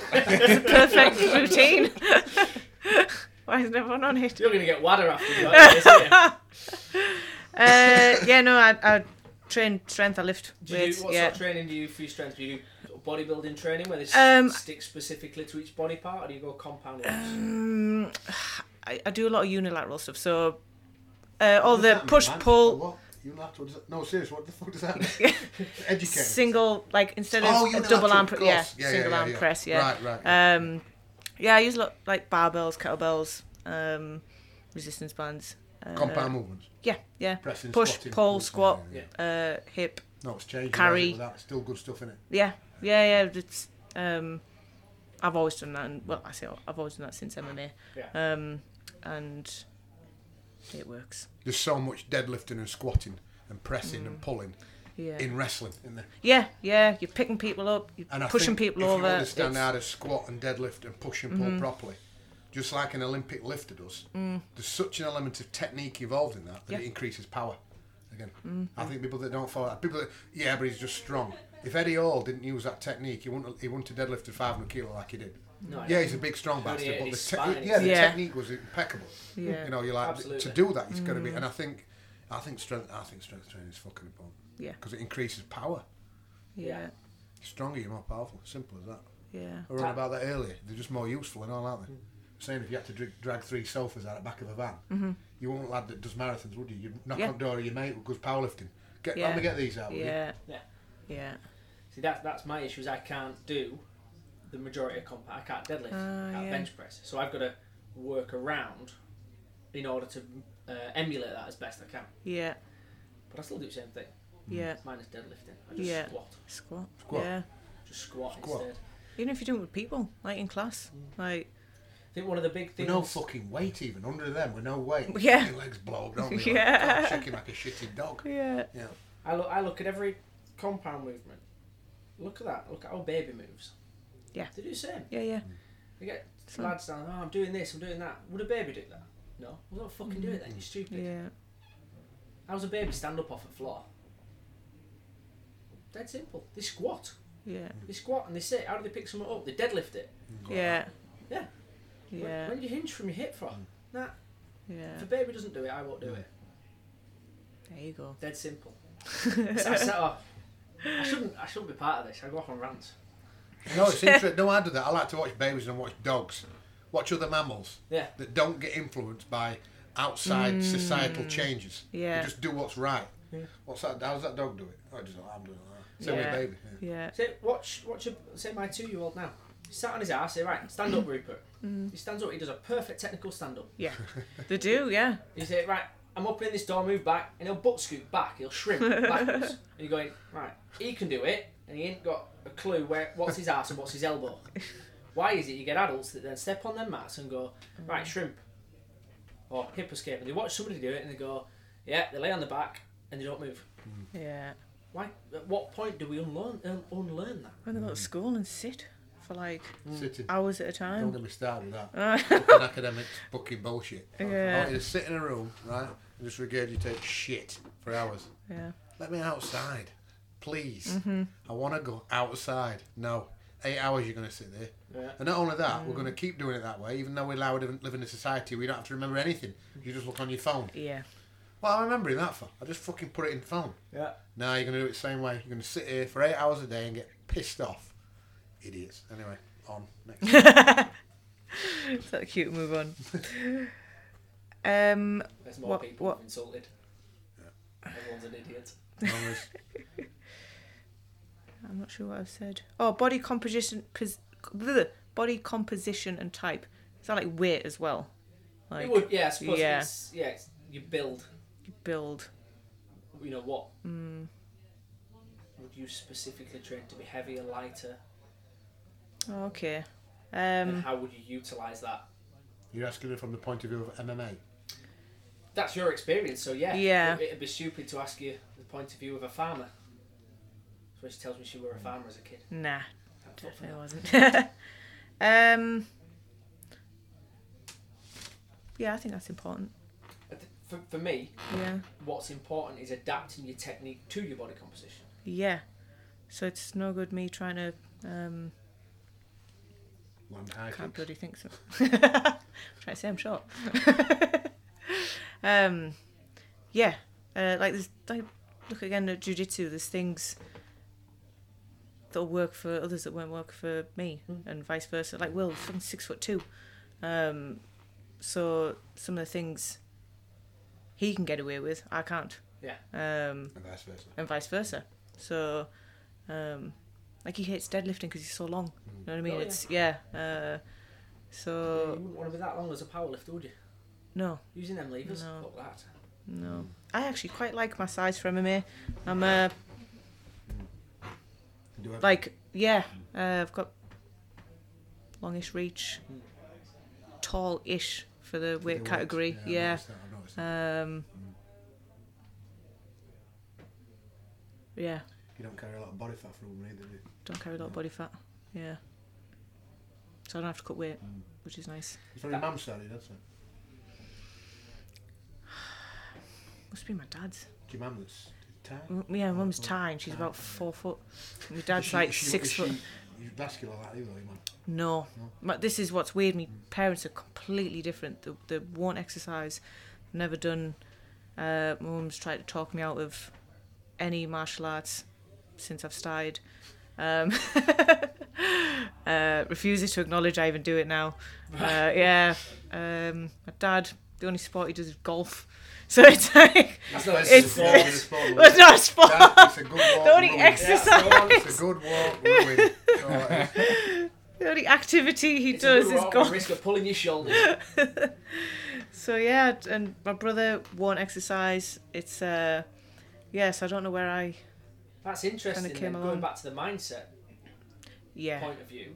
A: Perfect routine. *laughs* Why isn't everyone on it?
C: You're gonna get wadder after you. aren't you? Isn't it?
A: Uh, yeah, no, I, I train strength. I lift
C: Do you
A: weights.
C: do, what
A: yeah.
C: sort of training do you for your strength? Do you do bodybuilding training where they s-
A: Um,
C: stick specifically to each body part, or do you go compound?
A: Mm, I, I do a lot of unilateral stuff. So uh, all
B: What does
A: the
B: that mean,
A: push
B: man?
A: pull,
B: What? You laugh, what does that- No, serious, what the fuck does
A: *laughs*
B: that mean? Educate. us.
A: single like instead of
B: Oh,
A: a
B: unilateral,
A: double arm,
B: of
A: pre- yeah,
B: course. Yeah, yeah,
A: single
B: yeah,
A: arm
B: yeah.
A: press, yeah.
B: Right, right, right.
A: Um, yeah, I use a lot like barbells, kettlebells, um, resistance bands. Uh,
B: Compound movements.
A: Yeah, yeah.
B: Pressing,
A: push,
B: squatting,
A: pull,
B: pulsing,
A: squat,
B: yeah,
A: Uh, hip.
B: No, it's changing.
A: Carry.
B: Carry. That. Still good stuff in it.
A: Yeah, yeah, yeah. It's um, I've always done that, and well, I say I've always done that since MMA.
C: Yeah.
A: Um, and it works.
B: There's so much deadlifting and squatting and pressing and pulling
A: Mm. Yeah.
B: in wrestling, in there.
A: Yeah, yeah. You're picking people up, you're
B: And I
A: pushing
B: think
A: people
B: if
A: over.
B: you understand
A: it's- Mm-hmm.
B: how to squat and deadlift and push and pull properly, just like an Olympic lifter does, there's such an element of technique involved in that that it
A: Mm. Yeah. Mm.
B: increases power. Again, I think people that don't follow that, people that, yeah, but he's just strong. If Eddie Hall didn't use that technique, he wouldn't, he wouldn't have deadlifted 500 kilo like he did.
C: No,
B: yeah, he's a big, strong
C: But
B: bastard,
C: yeah,
B: but the,
C: his
B: te-
C: spine
B: yeah,
C: is-
B: the
A: Yeah.
B: technique was impeccable.
A: Yeah. Mm.
B: You know, you're like,
C: Absolutely.
B: to do that, he's got to be, and I think, I think strength, I think strength training is fucking important.
A: Yeah.
B: Because it increases power.
A: yeah,
B: Stronger, you're more powerful. Simple as that.
A: yeah.
B: We were on about that earlier. They're just more useful and all, aren't
A: Hmm.
B: they? Saying if you had to drag, drag three sofas out the back of a van, you wouldn't lad that does marathons, would you? You'd knock
A: Mm-hmm. Yeah.
B: on the door of your mate who goes powerlifting. Get,
A: Yeah.
B: Let me get these out. will you?"
A: Yeah.
C: Yeah.
A: Yeah.
C: See, that's that's my issue. Is I can't do the majority of compound. I can't deadlift. I
A: Ah,
C: can't
A: yeah.
C: bench press. So I've got to work around in order to uh, emulate that as best I can.
A: Yeah.
C: But I still do the same thing,
A: Yeah.
C: minus deadlifting. I just
A: Yeah.
C: squat.
A: Squat.
B: Squat.
A: Yeah.
C: Just squat,
B: Squat.
C: instead.
A: Even if you do it with people, like in class, like
C: I think one of the big
B: We're
C: things.
B: no fucking weight even. Under them, we're no weight.
A: *laughs* Yeah.
B: Your legs blow up,
A: *laughs*
B: don't they?
A: Yeah.
B: Like, shaking like a shitty dog.
A: yeah,
B: Yeah.
C: I look. I look at every compound movement. Look at that. Look at how baby moves.
A: Yeah.
C: They do the same.
A: yeah, yeah.
C: They get
A: So-
C: lads down. Oh, I'm doing this. I'm doing that. Would a baby do that? No. Well, don't fucking do it then. You're stupid.
A: Yeah,
C: How's a baby stand up off the floor? Dead simple. They squat.
A: yeah,
C: They squat and they sit. How do they pick someone up? They deadlift it.
A: Mm. yeah,
C: Yeah. When,
A: yeah, Mm.
C: when do you hinge from your hip from? Nah. If
A: yeah.
C: a baby doesn't do it, I won't do it.
A: There you go.
C: Dead
A: *laughs*
C: simple. so I set off. I shouldn't. I shouldn't be part of this. I go off on rants.
B: No, it's interesting. No, I do that. I like to watch babies and watch dogs. Watch other mammals
C: Yeah.
B: that don't get influenced by outside societal changes.
A: Mm. Yeah.
B: They just do what's right.
C: Yeah.
B: What's that? How's that dog do it? I just I'm doing that. Same
A: Yeah.
B: with baby. Yeah.
A: Yeah,
C: Say, watch, watch. A, say my two-year-old now. He sat on his ass. Say, right,
A: *laughs*
C: stand up, Rupert.
A: Mm.
C: He stands up. He does a perfect technical stand-up.
A: yeah. *laughs* They do. Yeah,
C: He say, right, I'm opening this door. Move back, and he'll butt scoot back. He'll shrimp
A: *laughs*
C: backwards. and you're going, right, he can do it, and he ain't got a clue where what's his ass and what's his
A: *laughs*
C: elbow. Why is it you get adults that then step on them mats and go,
A: Mm.
C: right, shrimp, or hip escape, and they watch somebody do it and they go, yeah, they lay on the back and they don't move.
A: yeah.
C: Why? At what point do we unlearn un- unlearn that?
A: When they go to school and sit for like
B: Sitting.
A: hours at a
B: Don't
A: time.
B: get me started with
A: *laughs*
B: that. fucking academics, fucking bullshit. I
A: Yeah.
B: want you to sit in a room, right, and just regurgitate shit for hours.
A: Yeah,
B: Let me outside, please. I want to go outside. No, eight hours you're going to sit there.
C: Yeah.
B: And not only that, we're going to keep doing it that way, even though we allow to live in a society where you don't have to remember anything. You just look on your phone.
A: yeah,
B: What am I remembering that for? I just fucking put it in phone.
C: Yeah.
B: No, you're going to do it the same way. You're going to sit here for eight hours a day and get pissed off. Idiots. Anyway, on. Next.
A: *laughs* *laughs* Is that cute? Move on. *laughs* um,
C: There's more
A: What-
C: people
A: what-
C: who've insulted. Everyone's an idiot.
B: Onwards.
A: I'm not sure what I've said. Oh, body composition, pos- bleh, body composition and type. Is that like weight as well? Like
C: it would, yeah, I suppose
A: yeah.
C: it's yeah, it's you build,
A: build.
C: you know what?
A: Mm.
C: Would you specifically train to be heavier, lighter,
A: Oh, okay.
C: and
A: Um,
C: how would you utilize that?
B: You're asking it from the point of view of MMA.
C: That's your experience, so yeah,
A: Yeah.
C: It, would be stupid to ask you the point of view of a farmer. So she tells me she were a farmer as a kid.
A: nah,
C: That's what for
A: definitely
C: that.
A: wasn't. *laughs* um, yeah, I think that's important.
C: I thi- For, for me,
A: Yeah,
C: what's important is adapting your technique to your body composition.
A: yeah. So it's no good me trying to. Um,
B: Land high
A: can't
B: kicks.
A: bloody think so. *laughs* Try to say I'm short. *laughs* um, yeah, uh, like there's like look again at jujitsu. There's things that'll work for others that won't work for me, and vice versa. Like Will, fucking six foot two, um, so some of the things he can get away with, I can't.
C: Yeah.
A: Um,
B: and vice versa.
A: and vice versa. So, um, like he hates deadlifting because he's so long. You know what I mean?
C: Oh, yeah.
A: it's yeah. Uh,
C: you
A: so
C: wouldn't want to be that long as a powerlifter, would you?
A: no,
C: Using them levers,
A: No.
C: fuck that.
A: no. I actually quite like my size for MMA. I'm uh,
B: Do it.
A: like yeah. Uh, I've got longish reach, tall-ish for the
B: They
A: weight
B: work.
A: category.
B: I've
A: Yeah.
B: noticed that, I've noticed that.
A: Um, yeah.
B: You don't carry a lot of body fat from either, do you?
A: Don't carry a lot of body fat. Yeah. So I don't have to cut weight,
B: Mm.
A: which is nice.
B: It's only mum started, doesn't it?
A: Must be my dad's.
B: It's your mum that's tight.
A: M- Yeah, mum's Thai and she's about four foot. And My dad's
B: Is she-
A: like
B: is she-
A: six
B: is
A: foot.
B: she- You're vascular like you, though, your mum.
A: No, but this is what's weird. My parents are completely different. They, they won't exercise. Never done. Uh, my mum's tried to talk me out of any martial arts since I've started. Um, *laughs* uh, refuses to acknowledge I even do it now. Uh, yeah. Um, my dad, the only sport he does is golf. *laughs* So it's like, *laughs*
C: That's not
A: It's-
B: a sport, it's a sport,
A: it's not a sport.
B: Dad, it's a good walk.
A: The only
B: ruin.
A: exercise.
B: It's a good walk. Ruin.
A: *laughs*
B: Oh, That's all it is.
A: The only activity *laughs* he
C: It's a
A: does
C: good
A: is
C: rock,
A: golf.
C: risk of pulling your shoulders.
A: *laughs* So yeah, d- and my brother won't exercise. It's uh, yeah. So I don't know where I.
C: That's interesting.
A: Kinda came
C: then,
A: along.
C: Going back to the mindset,
A: Yeah.
C: point of view,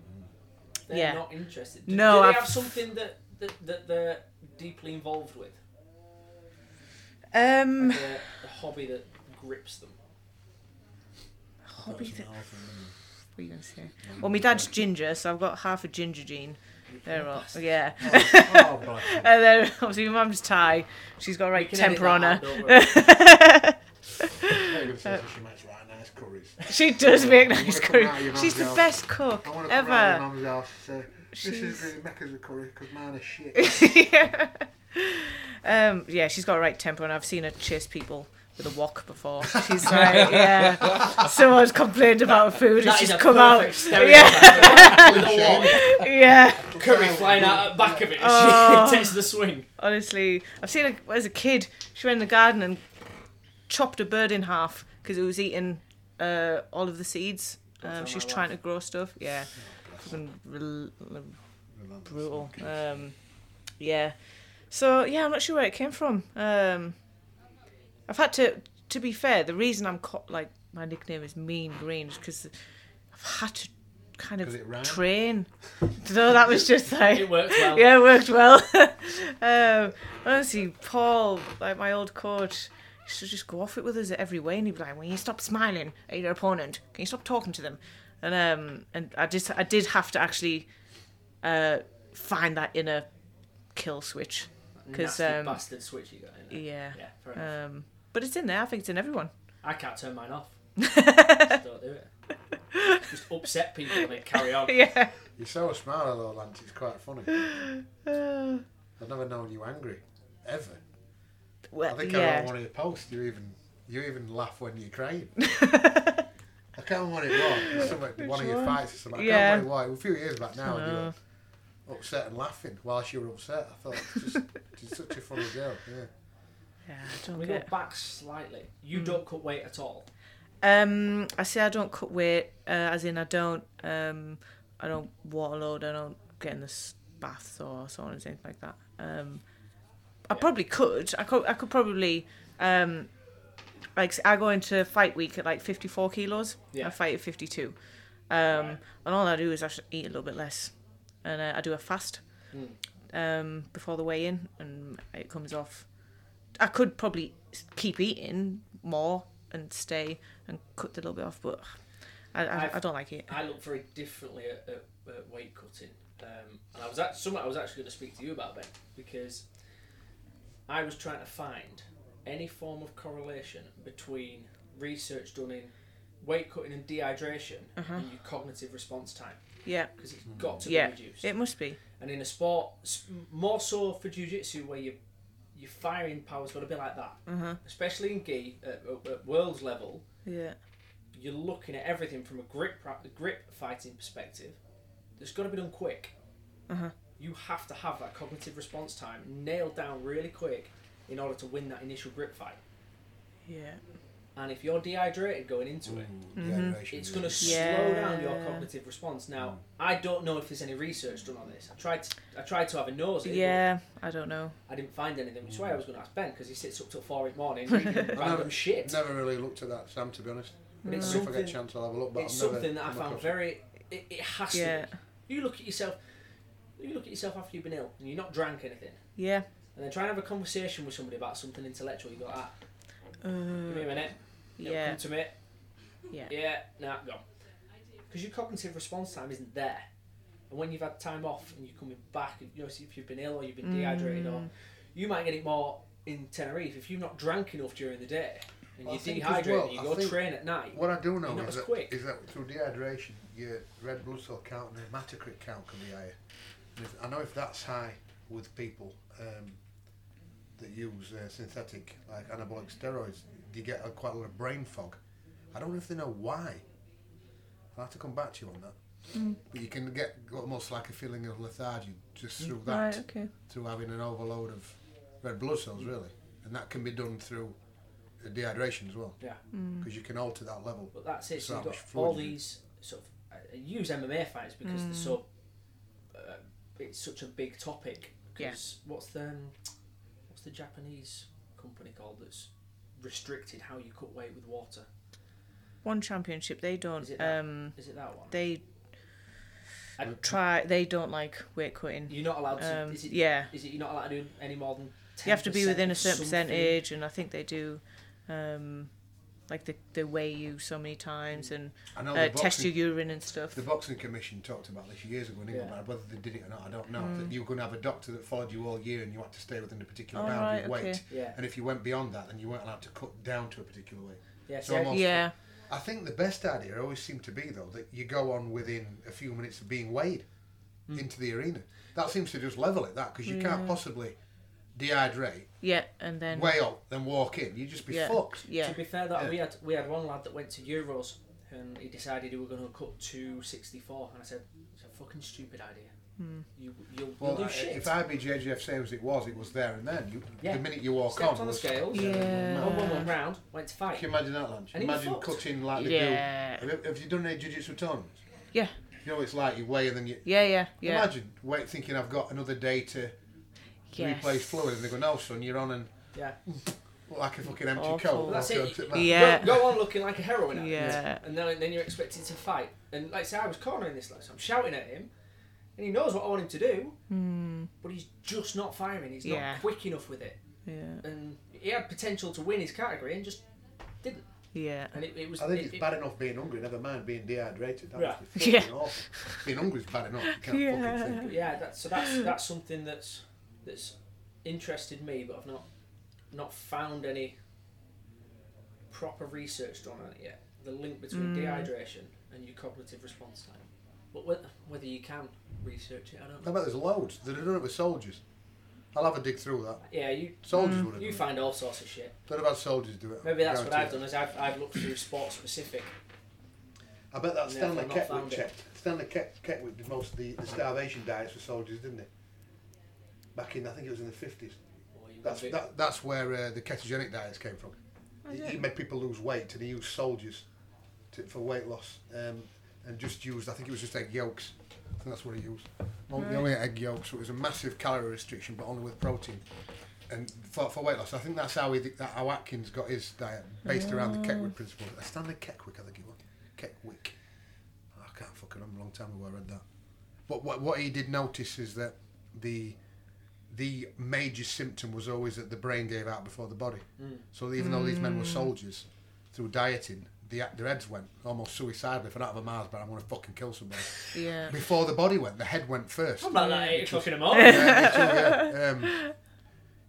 C: they're
A: Yeah.
C: not interested. Do,
A: No,
C: do they
A: I've-
C: have something that, that, that they're deeply
A: *laughs*
C: involved with?
A: Um,
C: Like a, a hobby that grips them.
A: hobby that. What were you gonna say? Well, my dad's ginger, so I've got half a ginger gene. There, all, yeah.
B: oh, boy.
A: *laughs* And then obviously my mum's Thai. She's got a right
C: We can edit
A: temper on
C: that
A: her.
C: out, don't
A: *laughs*
C: worry.
B: Very good sense that she makes right nice curries.
A: She does make
B: wanna
A: nice
B: come
A: curry.
B: round your
A: She's the
B: mum's
A: best cook
B: I want to come round
A: ever.
B: your mum's house and say, this
A: She's-
B: is the Mecca's curry because mine is shit.
A: *laughs* yeah. *laughs* Um, yeah, she's got a right temper, and I've seen her chase people with a wok before. She's like,
C: *laughs*
A: yeah. Someone's complained about her food, and
C: That is
A: she's
C: a
A: come out.
C: perfect stereotype. With a wall.
A: Yeah,
C: *laughs* Curry flying out the back of *laughs* it.
A: Oh.
C: as She takes the swing.
A: honestly, I've seen her as a kid. She went in the garden and chopped a bird in half because it was eating uh, all of the seeds. Um,
C: sound
A: she was
C: like
A: trying to
C: life.
A: grow stuff. Yeah, Fucking rel- brutal. Um, yeah. So yeah, I'm not sure where it came from. Um, I've had to. To be fair, the reason I'm caught like my nickname is Mean Green is because I've had to kind
B: 'Cause it
A: of
B: rhymed?
A: train. *laughs* so that was just like
C: It works well.
A: yeah, it worked well. *laughs* um, honestly, Paul, like my old coach, used to just go off it with us every way, and he'd be like, "When you stop smiling at your opponent, can you stop talking to them?" And um, and I just I did have to actually uh, find that inner kill switch because
C: Nasty
A: um,
C: bastard switch you got in there.
A: yeah,
C: Yeah, fair enough.
A: um, but it's in there. I think it's in everyone. *laughs*
C: I can't turn mine off. Just don't do it. Just upset people and then
A: *laughs*
C: carry on.
A: yeah.
B: You're so smart, though, Lance. It's quite funny.
A: Uh,
B: I've never known you angry, ever. I
A: well,
B: think I wrote
A: yeah.
B: one of your posts. You even you even laugh when you're
A: *laughs*
B: crying. I can't remember what it was. It's something- one of your
A: one?
B: fights or something. I
A: Yeah.
B: can't remember what it was. A few years back now, and you
A: Dunno.
B: were upset and laughing whilst you were upset. I thought, it's
A: *laughs*
B: just, she's such a funny girl. Yeah.
A: *laughs* Yeah, Mm. I
C: Can
A: don't
C: we
A: get
C: go back slightly? You don't cut weight at all.
A: Um, I say I don't cut weight, uh, as in I don't, um, I don't waterload, I don't get in the s- baths or so on and things like that. Um, I probably could. I could. I could probably. Um, like s- I go into fight week at like fifty four kilos.
C: Yeah.
A: I fight at fifty two, um,
C: Right.
A: and all I do is I should eat a little bit less, and uh, I do a fast
C: Mm.
A: um, before the weigh in, and it comes off. I could probably s- keep eating more and stay and cut the little bit off, but I, I,
C: I've-
A: I don't like it.
C: I look very differently at, at, at weight cutting, um, and I was at something I was actually going to speak to you about Ben because I was trying to find any form of correlation between research done in weight cutting and dehydration and your cognitive response time
A: Yeah,
C: because it's got to
A: Yeah.
C: be reduced.
A: it must be.
C: and in a sport, s- more so for jiu-jitsu where you your firing power's got to be like that, especially in gi at, at, at world level
A: Yeah,
C: you're looking at everything from a grip pra- grip fighting perspective. That's got to be done quick.
A: Uh-huh.
C: You have to have that cognitive response time nailed down really quick in order to win that initial grip fight.
A: yeah,
C: And if you're dehydrated going into it,
A: Mm-hmm.
C: it's going to slow
A: Yeah.
C: down your cognitive response. Now, I don't know if there's any research done on this. I tried to, I tried to have a nose.
A: yeah. I don't know.
C: I didn't find anything, which is why I was going to ask Ben because he sits up till four in the
A: *laughs*
C: morning reading random shit.
B: Never really looked at that, Sam. To be honest,
C: But
B: Maybe
C: it's
B: if I
C: something
B: get a chance, I'll have a look. But
C: it's
B: I've never
C: something that I
B: come
C: found
B: across it.
C: very. It, it has
A: Yeah.
C: to. Be. You look at yourself. You look at yourself after you've been ill and you're not drank anything,
A: Yeah.
C: and then try and have a conversation with somebody about something intellectual. You go, ah,
A: Uh,
C: give me a minute. It'll
A: yeah.
C: Come to me.
A: Yeah.
C: Yeah. Nah, go. Because your cognitive response time isn't there, and when you've had time off and you're coming back, you know, see if you've been ill or you've been dehydrated,
A: Mm.
C: or you might get it more in Tenerife if you've not drank enough during the day and
B: Well, I
C: you're
B: think as
C: dehydrated.
B: well,
C: and you
B: I
C: go
B: think
C: train at night.
B: What I do know
C: You're not
B: is
C: as
B: that,
C: quick.
B: is that through dehydration, your red blood cell count and your hematocrit count can be higher. And if, I know if that's high with people um, that use uh, synthetic, like anabolic steroids, you get a, quite a lot of brain fog. I don't know if they know why. I'll have to come back to you on that.
C: Mm.
B: But you can get almost like a feeling of lethargy just
C: Mm.
B: through that,
A: Right. Okay.
B: through having an overload of red blood cells, really. And that can be done through uh, dehydration as well,
C: Yeah.
A: Mm.
B: because you can alter that level.
C: But that's it. So you've got
B: Savage
C: all
B: Floyd, isn't it?
C: these sort of I I use MMA fights because
A: Hmm.
C: they're so. Uh, it's such a big topic. Because what's the um, what's the Japanese company called that's restricted how you cut weight with water?
A: One championship they don't.
C: Is it that?
A: Um,
C: Is it that one?
A: they
C: And
A: try. They don't like weight cutting.
C: you're not allowed to.
A: Um,
C: is it,
A: yeah,
C: Is it you're not allowed to do any more than? 10
A: you have to be within a
C: of
A: certain
C: something?
A: percentage, and I think they do. Um, like they, they weigh you so many times and
B: I know
A: uh,
B: the,
A: test
B: boxing,
A: your urine and stuff.
B: the boxing commission talked about this years ago in England,
C: Yeah.
B: but whether they did it or not, I don't know.
A: Mm.
B: That you were going to have a doctor that followed you all year, and you had to stay within a particular
A: Oh,
B: boundary
A: right,
B: of weight.
A: okay.
C: Yeah.
B: And if you went beyond that, then you weren't allowed to cut down to a particular weight.
C: Yeah.
B: It's
C: See, I,
B: almost-
A: Yeah,
B: I think the best idea always seemed to be though that you go on within a few minutes of being weighed
C: Mm.
B: into the arena. That seems to just level it that because you can't possibly dehydrate,
A: yeah, and then
B: weigh up, then walk in. You'd just be
A: yeah,
B: fucked.
A: yeah,
C: To be fair, that
B: Yeah.
C: we had we had one lad that went to Euros and he decided he was going to cut to 64, and I said it's a fucking stupid idea.
A: Hmm.
C: You you'll,
B: Well,
C: you'll
B: I-
C: do shit.
B: if IBJJF same as it was, it was there and then. You,
C: Yeah.
B: The Oh, minute you walk
C: Stepped
B: on,
C: on the
B: was-
C: scales.
A: Yeah.
C: One woman round went to
B: Can you
C: fight.
B: imagine that, Lance?
C: And he was
B: Imagine
C: fucked.
B: cutting like they
A: yeah,
B: do. Have you, have you done any jiu-jitsu tournaments?
A: yeah,
B: You know, what it's like you weigh and then you.
A: yeah, yeah, yeah.
B: Imagine wait, thinking I've got another day to
A: Yes.
B: replace fluid, and they go, "No, son, you're on and
C: Yeah.
B: *laughs* like a fucking empty
A: Awful.
B: coat."
C: That's
B: I'll go
C: it.
B: to that.
A: *laughs* Yeah.
C: Go, go on looking like a heroin addict.
A: Yeah.
C: And then, then you're expected to fight. And like I say, I was cornering this, like, so I'm shouting at him, and he knows what I want him to do, but he's just not firing. He's
A: Hmm. Yeah.
C: not quick enough with it.
A: Yeah,
C: And he had potential to win his category and just didn't.
A: yeah,
C: And it, it was.
B: I think
C: it-
B: it's
C: it-
B: bad enough being hungry, never mind being dehydrated. That
C: Yeah.
B: must be fucking
A: Yeah.
B: awful. Being hungry is bad enough. You can't
A: *laughs* Yeah.
B: fucking think.
C: Yeah. That's, so that's that's something that's that's interested me, but I've not not found any proper research done on it yet. The link
A: Mm.
C: between dehydration and your cognitive response time. But whether, whether you can research it, I don't
B: I
C: know.
B: bet there's loads. They'd have done it with soldiers. I'll have a dig through that.
C: Yeah, you
B: Soldiers would have
C: Mm. you
B: done
C: find all sorts of shit.
B: it. They'd have had soldiers do it.
C: Maybe that's what I've
B: guarantee
C: done is I've, I've looked through sport specific.
B: it. I bet that
C: Yeah,
B: Stanley
C: I've not
B: Kettwick
C: found it.
B: checked. Stanley Ket- Kettwick did most of the, the starvation diets for soldiers, didn't he? Back in, I think it was in the 50s.
C: Or you
B: That's
C: would be-
B: that, that's where uh, the ketogenic diets came from. He, he made people lose weight, and he used soldiers to, for weight loss, um, and just used. I think it was just egg yolks. I think that's what he used. Only, they only ate egg yolks. So it was a massive calorie restriction, but only with protein, and for, for weight loss. I think that's how he, that how Atkins got his diet based around the Keckwick principle. A standard Keckwick, I think it was. Keckwick. I can't fucking remember. A long time ago I read that. But what what he did notice is that the the major symptom was always that the brain gave out before the body. So even though these men were soldiers, through dieting, the, their heads went almost suicidal. If I'm out of a Mars bar, I'm going to fucking kill somebody.
A: yeah.
B: Before the body went, the head went first.
C: I'm like that at eight o'clock in
B: *laughs*
C: the morning.
B: yeah, me too, yeah.
A: *laughs*
B: Um,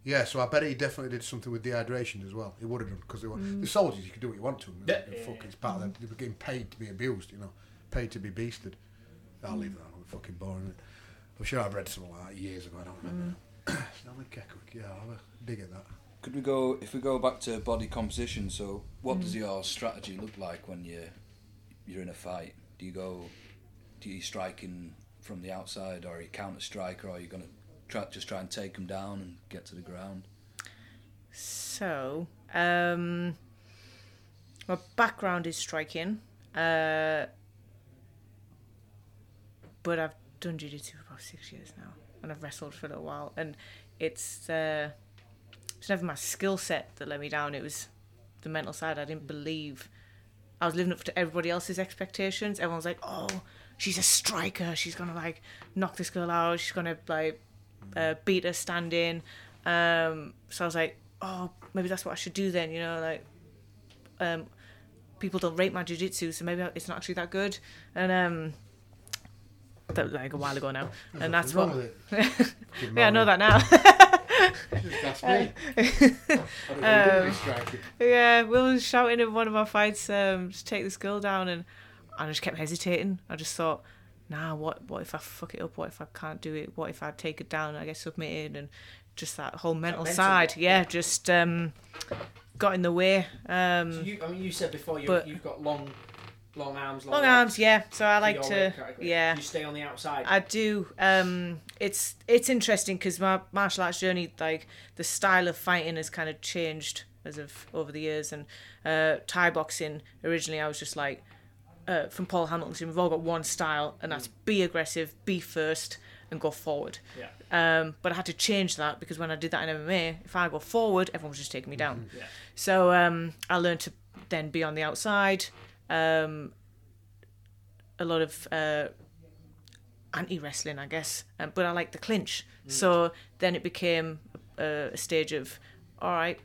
B: yeah, so I bet he definitely did something with dehydration as well. He would have done because they were
A: Mm.
B: the soldiers. You could do what you want to. them.
C: Yeah.
B: They're fucking it's part of them. They were getting paid to be abused, you know, paid to be beasted. I'll leave that. on, It's fucking boring. Isn't it? I'm sure I've read something like that years ago. I don't remember.
A: Mm.
B: *coughs* Stanley Keckwick. Yeah, I'll have a dig at that.
D: Could we go if we go back to body composition? So, what does your strategy look like when you you're in a fight? Do you go? Do you striking from the outside, or are you counter striker, or are you gonna try just try and take them down and get to the ground?
A: So, um, my background is striking, uh, but I've done jiu-jitsu for about six years now, and I've wrestled for a little while, and it's uh, it's never my skill set that let me down. It was the mental side. I didn't believe I was living up to everybody else's expectations. Everyone's like, "Oh, she's a striker. She's gonna like knock this girl out. She's gonna like uh, beat her standing." Um, so I was like, "Oh, maybe that's what I should do then." You know, like um, people don't rate my jujitsu, so maybe it's not actually that good. And um, that was like a while ago now, and that's
B: What's wrong
A: what.
B: with
A: *laughs*
B: it?
A: Yeah, I know that now. *laughs*
B: Just ask me. I don't know, you
A: Um,
B: wouldn't be striking.
A: Yeah, Will was shouting in one of my fights, um, just take this girl down, and I just kept hesitating. I just thought, nah, what, what if I fuck it up? What if I can't do it? What if I take it down and I get submitted? And just that whole mental
C: mental
A: side,
C: block,
A: yeah, just um, got in the way.
C: So
A: Um,
C: you, I mean, you said before you,
A: But-
C: you've got long, long arms, long,
A: long
C: legs
A: arms, yeah. So I
C: for
A: like
C: your
A: to,
C: weight category.
A: yeah.
C: You stay on the outside.
A: I do. Um, it's it's interesting because my martial arts journey, like the style of fighting, has kind of changed as of over the years. And uh, Thai boxing originally, I was just like uh, from Paul Hamilton. We've all got one style, and that's be aggressive, be first, and go forward.
C: yeah.
A: Um, but I had to change that because when I did that in MMA, if I go forward, everyone was just taking me down.
C: Yeah.
A: So um, I learned to then be on the outside. Um, a lot of uh, anti wrestling, I guess. Um, but I like the clinch. So then it became a, a stage of, all right,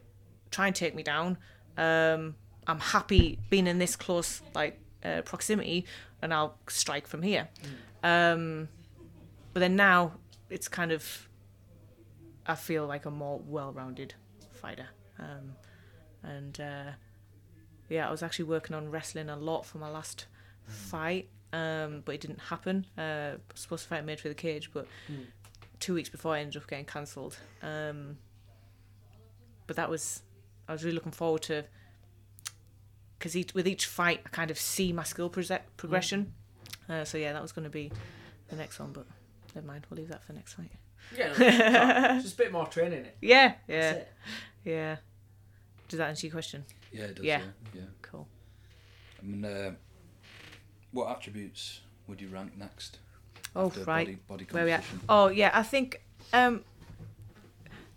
A: try and take me down. Um, I'm happy being in this close like uh, proximity, and I'll strike from here. Um, but then now it's kind of, I feel like a more well-rounded fighter. Um, and uh, yeah, I was actually working on wrestling a lot for my last fight, um, but it didn't happen. Uh, I was supposed to fight Made for the Cage, but two weeks before I ended up getting cancelled. Um, but that was, I was really looking forward to, because with each fight, I kind of see my skill proce- progression. Uh, so yeah, that was going to be the next one, but never mind, we'll leave that for next fight. *laughs*
C: Yeah, no, it's all right. just a bit more training in it.
A: Yeah,
C: That's
A: yeah,
C: it.
A: yeah. Does that answer your question?
D: Yeah, it does. Yeah.
A: Yeah.
D: yeah.
A: Cool.
D: I mean, uh, what attributes would you rank next?
A: Oh,
D: after
A: right.
D: Body, body
A: where we at?
D: composition.
A: Oh yeah, I think um,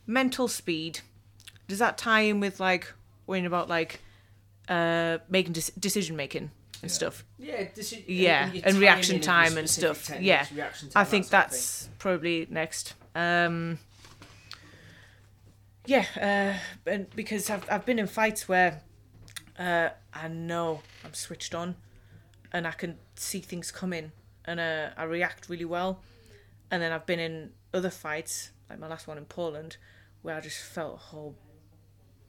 A: mental speed. Does that tie in with like worrying about like uh, making dec decision making and
D: Yeah.
A: stuff?
C: Yeah, this is,
A: Yeah,
C: your
A: and
C: timing
A: reaction
C: your
A: time and
C: specific
A: stuff.
C: techniques,
A: Yeah.
C: reaction time,
A: I think
C: that sort of
A: that's probably next. Um, yeah, uh, and because I've I've been in fights where uh, I know I'm switched on, and I can see things coming, and uh, I react really well. And then I've been in other fights, like my last one in Poland, where I just felt a whole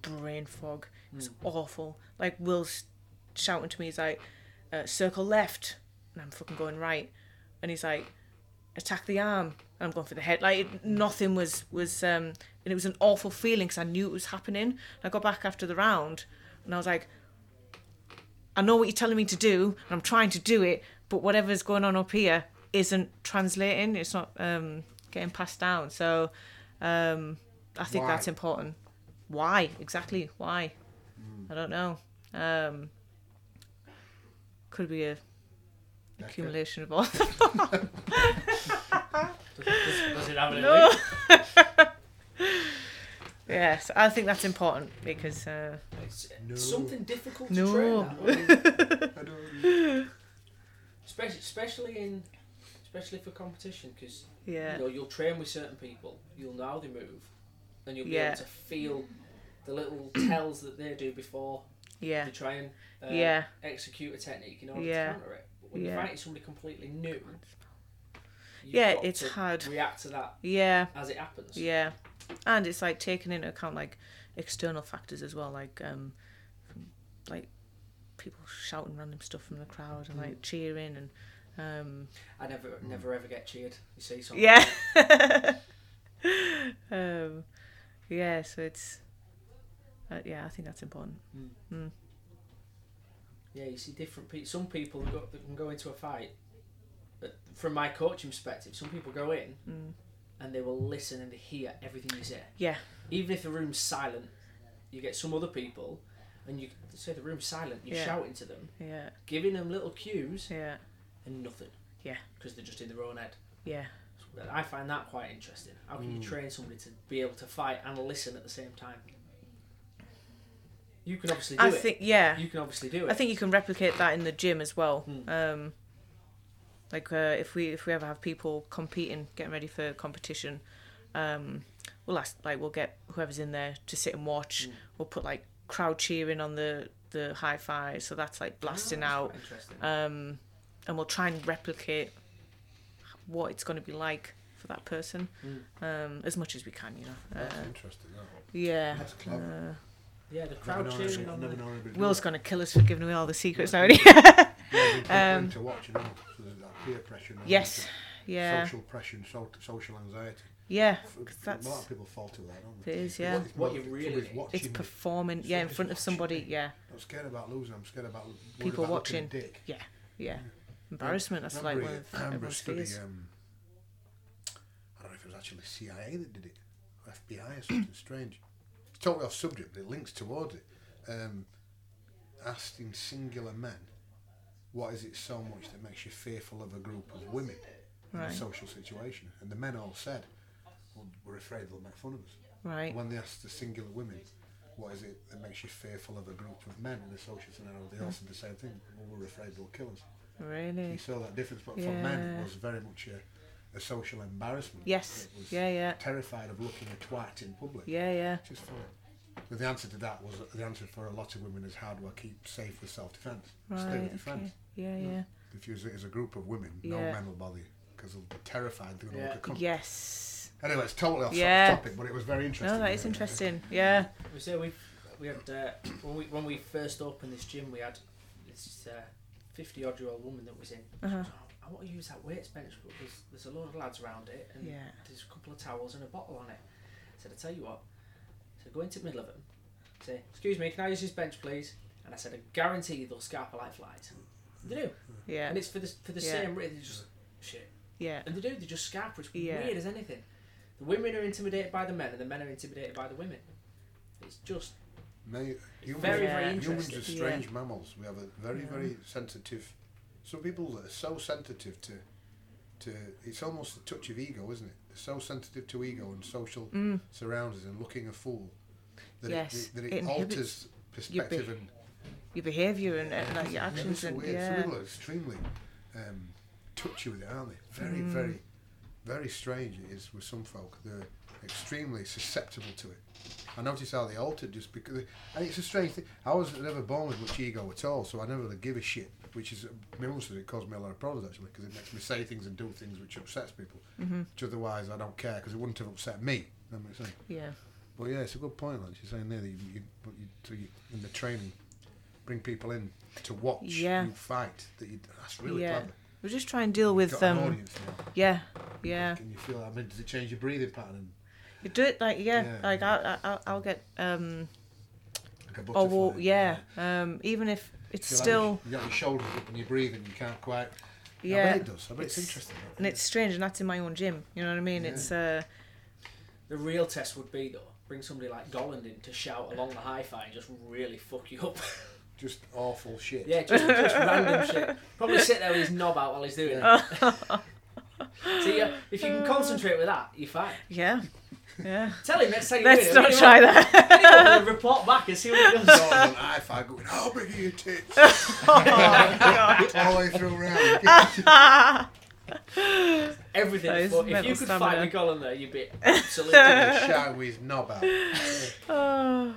A: brain fog. It was
C: Hmm.
A: awful. Like Will's shouting to me, he's like, uh, "Circle left," and I'm fucking going right, and he's like, attack the arm and I'm going for the head. Like it, nothing was was um and it was an awful feeling because I knew it was happening. And I got back after the round and I was like, I know what you're telling me to do and I'm trying to do it, but whatever's going on up here isn't translating. It's not um getting passed down. So um I think
B: Why?
A: that's important. Why exactly? Why? I don't know. Um could be a accumulation of all
C: thing. Does, does it have
A: *laughs*
C: any
A: No.
C: link?
A: Yes, I think that's important because uh,
C: It's
B: No.
C: something difficult to
A: No.
C: train that.
B: I don't-
C: especially, especially in, especially for competition, because
A: yeah,
C: you know you'll train with certain people, you'll know how they move, and you'll be
A: Yeah.
C: able to feel the little tells that they do before
A: yeah,
C: they try and uh,
A: yeah,
C: execute a technique in order
A: Yeah.
C: to counter it. But when you're
A: Yeah.
C: fighting somebody completely new, you've
A: Yeah,
C: got
A: it's
C: to
A: hard.
C: React to that
A: yeah,
C: as it happens.
A: yeah, and it's like taking into account like external factors as well, like um, like people shouting random stuff from the crowd and
C: Mm.
A: like cheering and um,
C: I never, never ever get cheered. You see, so
A: yeah, *laughs* um, yeah. So it's uh, yeah, I think that's important.
C: Yeah, you see different people. Some people go, that can go into a fight. but From my coaching perspective, some people go in and they will listen and they hear everything you say.
A: Mm. Yeah.
C: Even if the room's silent, you get some other people, and you say the room's silent. You're
A: Yeah.
C: shouting to them,
A: Yeah,
C: giving them little cues,
A: yeah,
C: and nothing.
A: Yeah.
C: Because they're just in their own head.
A: yeah,
C: So I find that quite interesting. How can you
B: Mm.
C: train somebody to be able to fight and listen at the same time? You can obviously do
A: I
C: it.
A: think yeah.
C: you can obviously do it.
A: I think you can replicate that in the gym as well.
B: Hmm.
A: Um, like uh, if we if we ever have people competing, getting ready for competition, um, we'll ask like we'll get whoever's in there to sit and
B: Hmm.
A: watch. We'll put like crowd cheering on the the hi fi, so that's like
B: Ah,
A: blasting
C: That's
A: out,
C: quite Interesting.
A: um, and we'll try and replicate what it's going to be like for that person um, as much as we can, you know. Uh,
B: Hmm.
A: *laughs*
B: That's interesting. That one.
A: yeah. Uh,
B: That's clever.
C: Yeah, the
B: Never
C: crowd
B: known
C: cheering
B: anybody-
C: on
B: never
C: the.
B: known anybody do
A: Will's
B: that.
A: going to kill us for giving away all the secrets already. *laughs*
B: Yeah, they put them
A: um,
B: to watch and all, so there's that peer pressure. and all
A: yes.
B: that,
A: Yeah.
B: Social pressure and so, social anxiety.
A: Yeah.
B: F-
A: 'cause
B: a lot
A: that's
B: of people fall to that, don't they?
A: It is,
B: They
A: yeah.
B: want-
C: What
B: well,
C: you
B: if
C: really
B: somebody's
C: need-
B: watching
A: It's
B: me,
A: performing, yeah, in
B: Somebody's
A: front of
B: watching
A: somebody,
B: me.
A: yeah,
B: I'm scared about losing. I'm scared about worried
A: People
B: about looking
A: watching.
B: a Dick.
A: yeah. Embarrassment. That's like
B: Remember
A: one
B: it-
A: of
B: I remember a
A: everyone's
B: study,
A: fears.
B: um, I don't know if it was actually CIA that did it, or FBI or
A: *clears throat*
B: something strange. It's totally off subject, but it links towards it. Um, asking singular men, what is it so much that makes you fearful of a group of women in
A: Right.
B: a social situation? And the men all said, well, we're afraid they'll make fun of us.
A: Right.
B: When they asked the singular women, what is
A: Hmm.
B: it that makes you fearful of a group of men in a social scenario, they all said the same thing, well, we're afraid they'll kill us. You
A: Really?
B: saw that difference, but for men,
A: Yeah.
B: it was very much a, a social embarrassment.
A: Yes.
B: It was
A: Yeah, yeah.
B: terrified of looking a twat in public.
A: Yeah, yeah.
B: Which is funny. But the answer to that was the answer for a lot of women is how do I keep safe with self defence? Stay
A: Right.
B: with your
A: Okay.
B: friends.
A: Yeah, yeah.
B: If you as a group of women,
A: Yeah.
B: no men will bother you because they'll be terrified they're going to
C: Yeah.
B: look a cunt.
A: Yes.
B: Anyway, it's totally off
A: Yeah.
B: topic, but it was very interesting.
A: No, that is interesting. Yeah.
C: We say we we had uh, when we when we first opened this gym, we had this uh, fifty odd year old woman that was in.
A: Uh-huh.
C: So I want to use that weights bench, but there's there's a load of lads around it, and
A: Yeah.
C: there's a couple of towels and a bottle on it. I said, I tell you what. So go into the middle of them, say, excuse me, can I use this bench, please? And I said, I guarantee you they'll scarper like flies. And They do,
B: uh,
A: Yeah.
C: and it's for the for the
A: Yeah.
C: same reason. They just shit,
A: Yeah.
C: and they do. They just scarper. It's
A: Yeah.
C: weird as anything. The women are intimidated by the men, and the men are intimidated by the women. It's just
B: May, humans,
C: very,
A: very
B: humans
C: interesting.
B: are strange mammals. We have a very, very sensitive. Some people are so sensitive to, to it's almost a touch of ego, isn't it? They're so sensitive to ego and social
A: Mm.
B: surroundings and looking a fool that
A: Yes,
B: it, that
A: it
B: it,
A: inhibits
B: alters
A: your
B: perspective and
A: Your behaviour and, and like your
B: Yeah, it's
A: actions and
B: weird. Some
A: yeah.
B: people are extremely um, touchy with it, aren't they? Very,
A: Mm.
B: very, very strange it is with some folk. They're extremely susceptible to it. I notice how they altered just because, and it's a strange thing. I was never born with much ego at all, so I never really give a shit. Which is, me honestly, it caused me a lot of problems actually, because it makes me say things and do things which upsets people.
A: Mm-hmm.
B: Which otherwise I don't care, because it wouldn't have upset me. That makes sense.
A: Yeah.
B: Well, yeah, it's a good point. Like you're saying there, that you, you, but you, so you in the training, bring people in to watch
A: Yeah.
B: you fight. That you, that's really
A: Yeah.
B: clever.
A: We'll just try and deal
B: You've
A: with
B: got an
A: um.
B: audience now.
A: Yeah. Yeah.
B: Can you feel? that? I mean, does it change your breathing pattern?
A: You do it like yeah.
B: Yeah.
A: Like I, I, I'll- I'll get um.
B: Like a butterfly.
A: Oh well, yeah. Um. Even if it's
B: You feel like
A: still
B: you got your shoulders up and you're breathing. You can't quite. I
A: yeah.
B: bet it does. I bet it's,
A: It's-
B: interesting. that.
A: And it's strange, and that's in my own gym. You know what I mean?
B: Yeah.
A: It's uh.
C: The real test would be though, bring somebody like Golland in to shout along the hi-fi and just really fuck you up. *laughs*
B: just awful shit.
C: yeah, just, just random shit. Probably sit there with his knob out while he's doing
A: *laughs* Oh.
C: it. See, uh, if you can concentrate with that, you're fine. *laughs*
A: Yeah. Yeah.
C: Tell him next time you're
A: Let's
C: doing
A: not
C: it,
A: try
C: read him *laughs*
A: that. *sighs*
C: up- read him up and report back and see
A: *laughs*
C: what he does.
B: Going on hi-fi going, how big are your tits? All
A: Oh,
B: the way through round.
C: Everything.
A: That is
C: but if you
A: mental
C: could
A: stamina.
C: fight with Golland there,
A: *laughs*
C: you'd be absolutely.
B: Shout with his knob out.
A: Oh.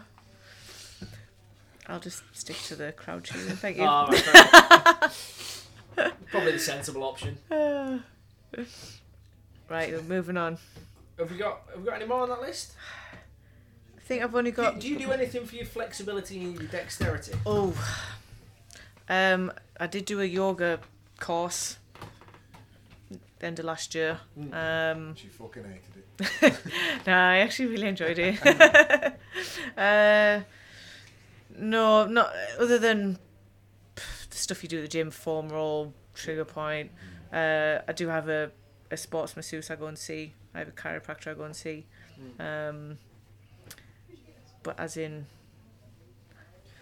A: I'll just stick to the crowd cheering. Thank you.
C: Oh, right, fair enough.
A: *laughs*
C: Probably the sensible option.
A: Ah. *sighs* right, we're moving on.
C: Have we got? Have we got any more on that list?
A: I think I've only
C: Do,
A: got.
C: do you do anything for your flexibility and your dexterity?
A: Oh. Um, I did do a yoga course the end of last year.
C: Mm.
A: Um,
B: She fucking hated it.
A: no, I actually really enjoyed it.
C: *laughs*
A: *laughs* uh, no, not other than pff, the stuff you do at the gym, form roll, trigger point.
C: Hmm.
A: Uh, I do have a, a sports masseuse I go and see. I have a chiropractor I go and see. Um, but as in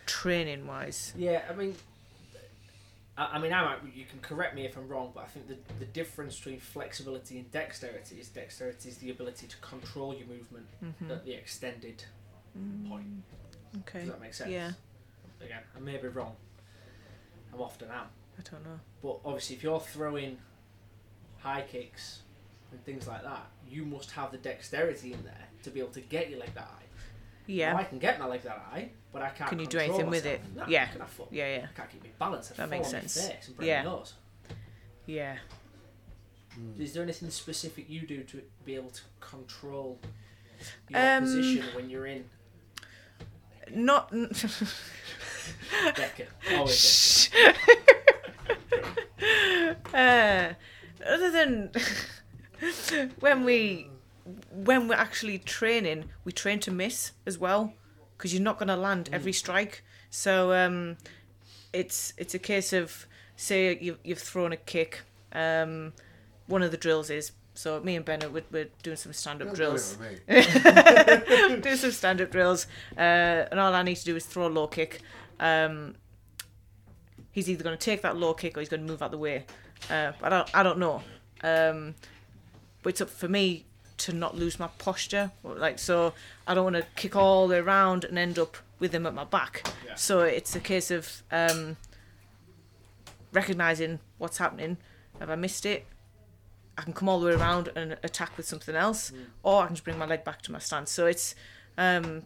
A: training wise,
C: Yeah, I mean, I, I mean, I might, you can correct me if I'm wrong, but I think the, the difference between flexibility and dexterity is dexterity is the ability to control your movement
A: Mm-hmm. Hmm.
C: at the extended point.
A: Mm, okay,
C: Does that make sense?
A: yeah,
C: Again, I may be wrong. I'm often am.
A: I don't know.
C: But obviously, if you're throwing high kicks and things like that, you must have the dexterity in there to be able to get your leg that high. Now,
A: Yeah,
C: I can get my leg that high, but I can't.
A: Can you do
C: control
A: anything with
C: myself.
A: it?
C: No,
A: Yeah.
C: Can I fuck
A: yeah, yeah,
C: I can't keep my balance. I
A: That
C: fall
A: makes
C: on my
A: sense.
C: Face and break
A: Yeah.
C: my nose.
A: yeah.
C: Is there anything specific you do to be able to control your
A: Um,
C: position when you're in
A: Not. *laughs*
C: Decker? Always
A: uh, other than *laughs* when we when we're actually training, we train to miss as well because you're not going to land every strike. So um, it's it's a case of say you've, you've thrown a kick. Um, one of the drills is so me and Ben are, we're, we're doing some stand up
B: Don't do it
A: drills.
B: with me.
A: *laughs* do some stand up drills, uh, and all I need to do is throw a low kick. Um, he's either going to take that low kick or he's going to move out the way. Uh, I don't, I don't know. Um, but it's up for me to not lose my posture. Like so, I don't want to kick all the way around and end up with him at my back.
C: Yeah.
A: So it's a case of um, recognizing what's happening. Have I missed it? I can come all the way around and attack with something else, or I can just bring my leg back to my stance. So it's um,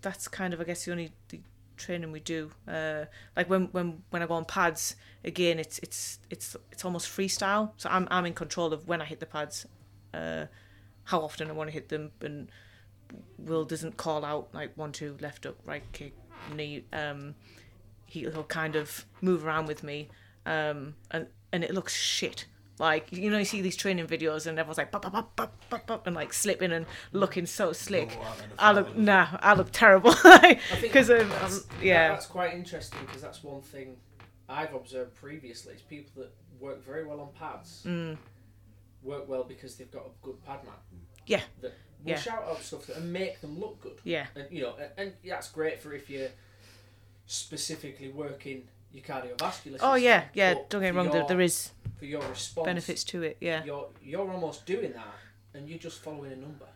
A: that's kind of I guess the only the training we do. Uh, like when, when when I go on pads again, it's it's it's it's almost freestyle. So I'm I'm in control of when I hit the pads, uh, how often I want to hit them, and Will doesn't call out like one two left up right kick knee. Um, he, he'll kind of move around with me, um, and and it looks shit. Like you know, you see these training videos, and everyone's like pop, pop, pop, pop, pop, pop, and like slipping and looking so slick. I look nah, I look terrible *laughs* because um,
C: that's-
A: um, yeah,
C: that's quite interesting because that's one thing I've observed previously is people that work very well on pads
A: Mm.
C: work well because they've got a good pad mat.
A: Yeah.
C: That will
A: Yeah.
C: shout out stuff and make them look good.
A: yeah,
C: And you know, and, and that's great for if you're specifically working your cardiovascular.
A: oh
C: system,
A: yeah, yeah.
C: but
A: Don't get me
C: for
A: wrong, there,
C: your-
A: there is
C: for your response
A: benefits to it. Yeah,
C: You're you're almost doing that, and you're just following a number,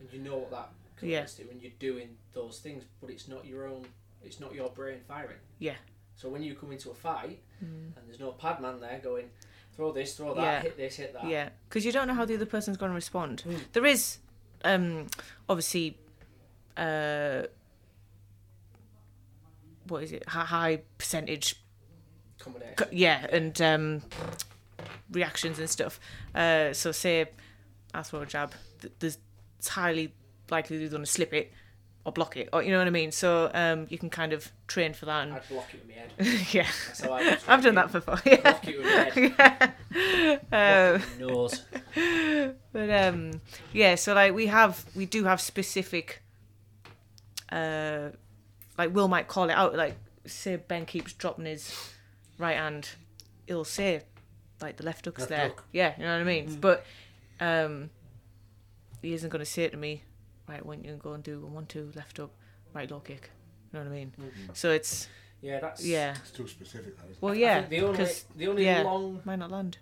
C: and you know what that
A: Yeah.
C: correlates to, and you're doing those things, but it's not your own. It's not your brain firing.
A: Yeah. Mm.
C: So when you come into a fight, and there's no pad man there going, throw this, throw that,
A: Yeah.
C: hit this, hit that.
A: yeah, because you don't know how the other person's going to respond.
C: Mm.
A: There is, um, obviously, uh, what is it? Hi- High percentage
C: Combination.
A: Co- yeah, and um, reactions and stuff. Uh, so say I throw a jab, th- there's it's highly likely you're going to slip it or block it, or you know what I mean. So um, you can kind of train for that, and *laughs*
C: I'd block it with my head.
A: yeah, *laughs*
C: That's how I.
A: I've done that before. Yeah.
C: Block it with my head.
A: *laughs* Yeah. Um,
C: Block it with my nose.
A: but um yeah so like we have we do have specific uh like will might call it out like say ben keeps dropping his right hand he'll say like the left hook's
B: Left
A: there
B: hook. Mm.
A: yeah you know what i mean but um he isn't going to say to me right when you go and do one two left up right low kick you know what i mean so it's
C: *laughs* Yeah, that's.
A: yeah
B: It's too specific, that isn't
A: well
C: I
A: yeah
C: think the only
A: because
C: the only
A: yeah.
C: long
A: might not land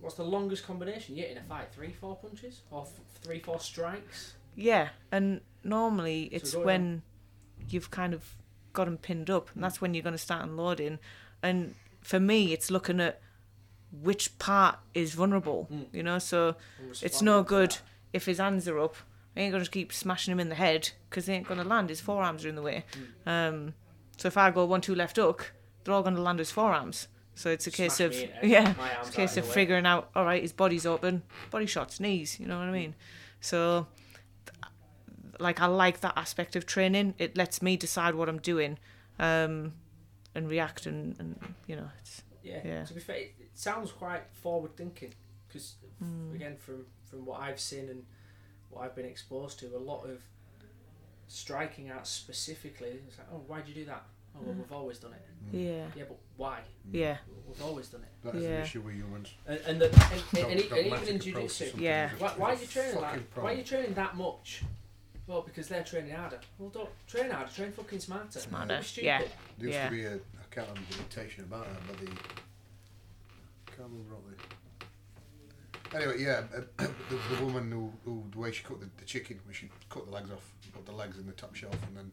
C: what's the longest combination yet in a fight? Three, four punches or f- three, four strikes?
A: Yeah, and normally it's
C: go on.
A: when you've kind of got them pinned up, and that's when you're going to start unloading. And for me, it's looking at which part is vulnerable,
C: Mm.
A: you know. So
C: and
A: it's
C: responding
A: no
C: to
A: good
C: that.
A: if his hands are up. I ain't going to keep smashing him in the head because they ain't going to land. His forearms are in the way.
C: Mm.
A: Um, so if I go one, two left hook, they're all going to land his forearms. So it's a case
C: Smash
A: of
C: me in
A: *laughs*
C: it.
A: yeah,
C: My arms
A: it's a case
C: out in
A: of
C: the way.
A: figuring out. All right, his body's open, body shots, knees. You know what I mean? So, th- like, I like that aspect of training. It lets me decide what I'm doing, um, and react, and, and you know, it's
C: Yeah.
A: Yeah.
C: To be fair, it, it sounds quite forward thinking because
A: Mm.
C: again, from from what I've seen and what I've been exposed to, a lot of striking out specifically. It's like, oh, why'd you do that? Oh,
A: Mm.
C: well, we've always done it.
A: yeah,
C: Yeah, but why?
A: yeah,
C: We've always done it.
B: it? That is
A: Yeah.
B: an issue with humans.
C: And and, the, and, and, and, e- and even in
B: Dogmatic approach to
C: jujitsu,
B: something
A: Yeah.
B: is a-
C: Why, why are
B: is a
C: you training
B: fucking
C: that? Why are
B: problem.
C: you training that much? Well, because they're training harder. Well, don't train harder. Train fucking smarter.
A: Smarter,
C: Don't be stupid.
A: yeah.
B: There used
A: Yeah.
B: to be a, I can't remember the dictation about that, but the, I can't remember what the. Anyway, yeah, uh, *coughs* the, the woman who, who, the way she cut the, the chicken, we should cut the legs off, put the legs in the top shelf, and then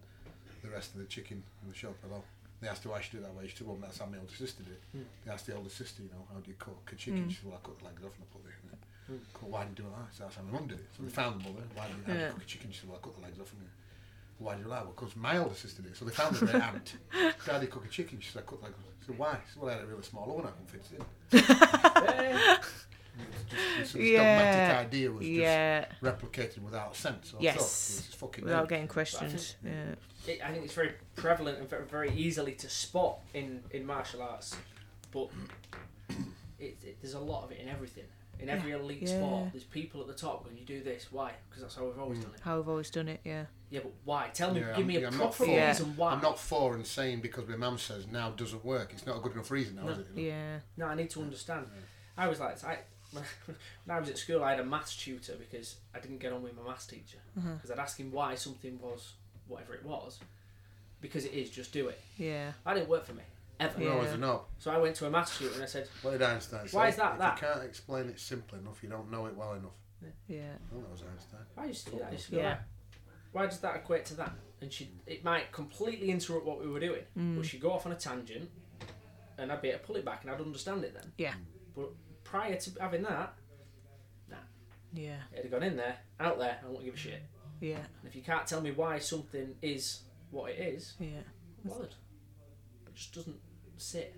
B: the rest of the chicken in the shelf below. They asked her why she did it that way. She said, well, that's how my older sister did it.
A: Hmm.
C: Mm.
B: They asked the older sister, you know, how do you cut a chicken? She said, well, I cut the legs off and I put it in it.
A: Hmm.
B: Well, why did you do that? She said, that's how my mum did it. So they found the mother. Why did you, how do you
A: Yeah.
B: cook a chicken? She said, well, I cut the legs off and I why do you like? Well, because my older sister did. it. So they found
A: *laughs*
B: her aunt. Daddy cook a chicken. She said, I cook like. I said, why? She said, well, I had a really small oven. I couldn't fit it in.
A: *laughs*
C: Yeah.
B: It's just it's this
A: Yeah.
B: dogmatic idea was
A: yeah,
B: just replicated without sense. Or
A: Yes.
B: Thought. It's just fucking
A: without
B: mad.
A: getting questioned. Yeah,
C: It, I think it's very prevalent and very, very easily to spot in, in martial arts, but it, it, there's a lot of it in everything. In every elite
A: yeah.
C: sport, there's people at the top going, "You do this, why? Because that's how we've always done it."
A: how I've always done it. Yeah,
C: Yeah, but why? Tell me,
B: Mm. Yeah,
C: give
B: I'm-
C: me a
B: yeah, I'm not
C: proper
B: for-
A: Yeah.
C: reason why.
B: I'm not for and saying because my mum says now doesn't work. It's not a good enough reason now, is it?
A: yeah,
C: No, I need to understand. I was like, I, *laughs* when I was at school, I had a maths tutor because I didn't get on with my maths teacher.
A: Mm-hmm.
C: Because I'd ask him why something was whatever it was, because it is just do it.
A: yeah,
C: That didn't work for me ever.
B: No,
A: Yeah.
B: is it not?
C: So I went to a maths tutor and I said,
B: What did Einstein say?
C: Why is that
B: If
C: that?
B: you can't explain it simply enough, you don't know it well enough.
A: yeah,
B: I think that was Einstein.
C: "Why used to do that? I used to go
A: yeah,
C: like, Why does that equate to that?"
A: Mm.
C: And she, it might completely interrupt what we were doing, but she'd go off on a tangent, uh, and I'd be able to pull it back and I'd understand it then.
A: Yeah.
C: But prior to having that,
A: Yeah.
C: it'd have gone in there, out there, and I wouldn't give a shit.
A: Yeah.
C: And if you can't tell me why something is what it is,
A: Yeah.
C: I'm bothered. It just doesn't sit.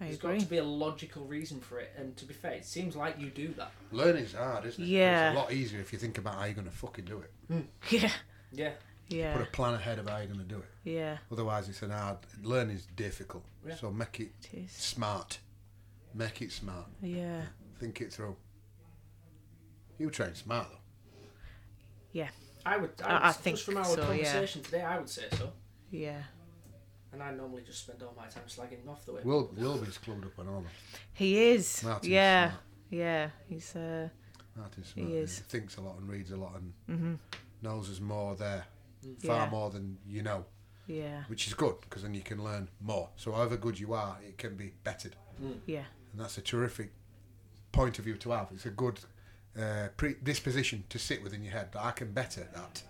A: I
C: There's
A: agree.
C: got to be a logical reason for it, and to be fair, it seems like you do that.
B: Learning's hard, isn't it?
A: Yeah.
B: It's a lot easier if you think about how you're going to fucking do it.
A: Yeah.
C: Yeah,
A: *laughs* Yeah.
B: Put a plan ahead of how you're going to do it.
A: Yeah.
B: Otherwise, it's an hard. Learning's difficult.
C: Yeah.
B: So make it
A: It is.
B: smart. Make it smart.
A: Yeah.
B: Think it through. You train smart though.
C: I would. I,
A: I-
C: would,
A: I
C: just
A: think
C: from our
A: so, yeah.
C: conversation today, I would say so.
A: Yeah.
C: And I normally just spend all my time slagging off the way.
B: Will Wilby's clued up on all that.
A: He is.
B: Martin's
A: yeah.
B: smart.
A: Yeah. He's uh mm-hmm.
B: Martin's smart.
A: He is.
B: Thinks a lot and reads a lot and knows there's more there, far
A: yeah.
B: more than you know,
A: Yeah.
B: which is good because then you can learn more. So however good you are, it can be bettered,
A: Yeah.
B: and that's a terrific point of view to have. It's a good uh, predisposition to sit within your head that I can better that.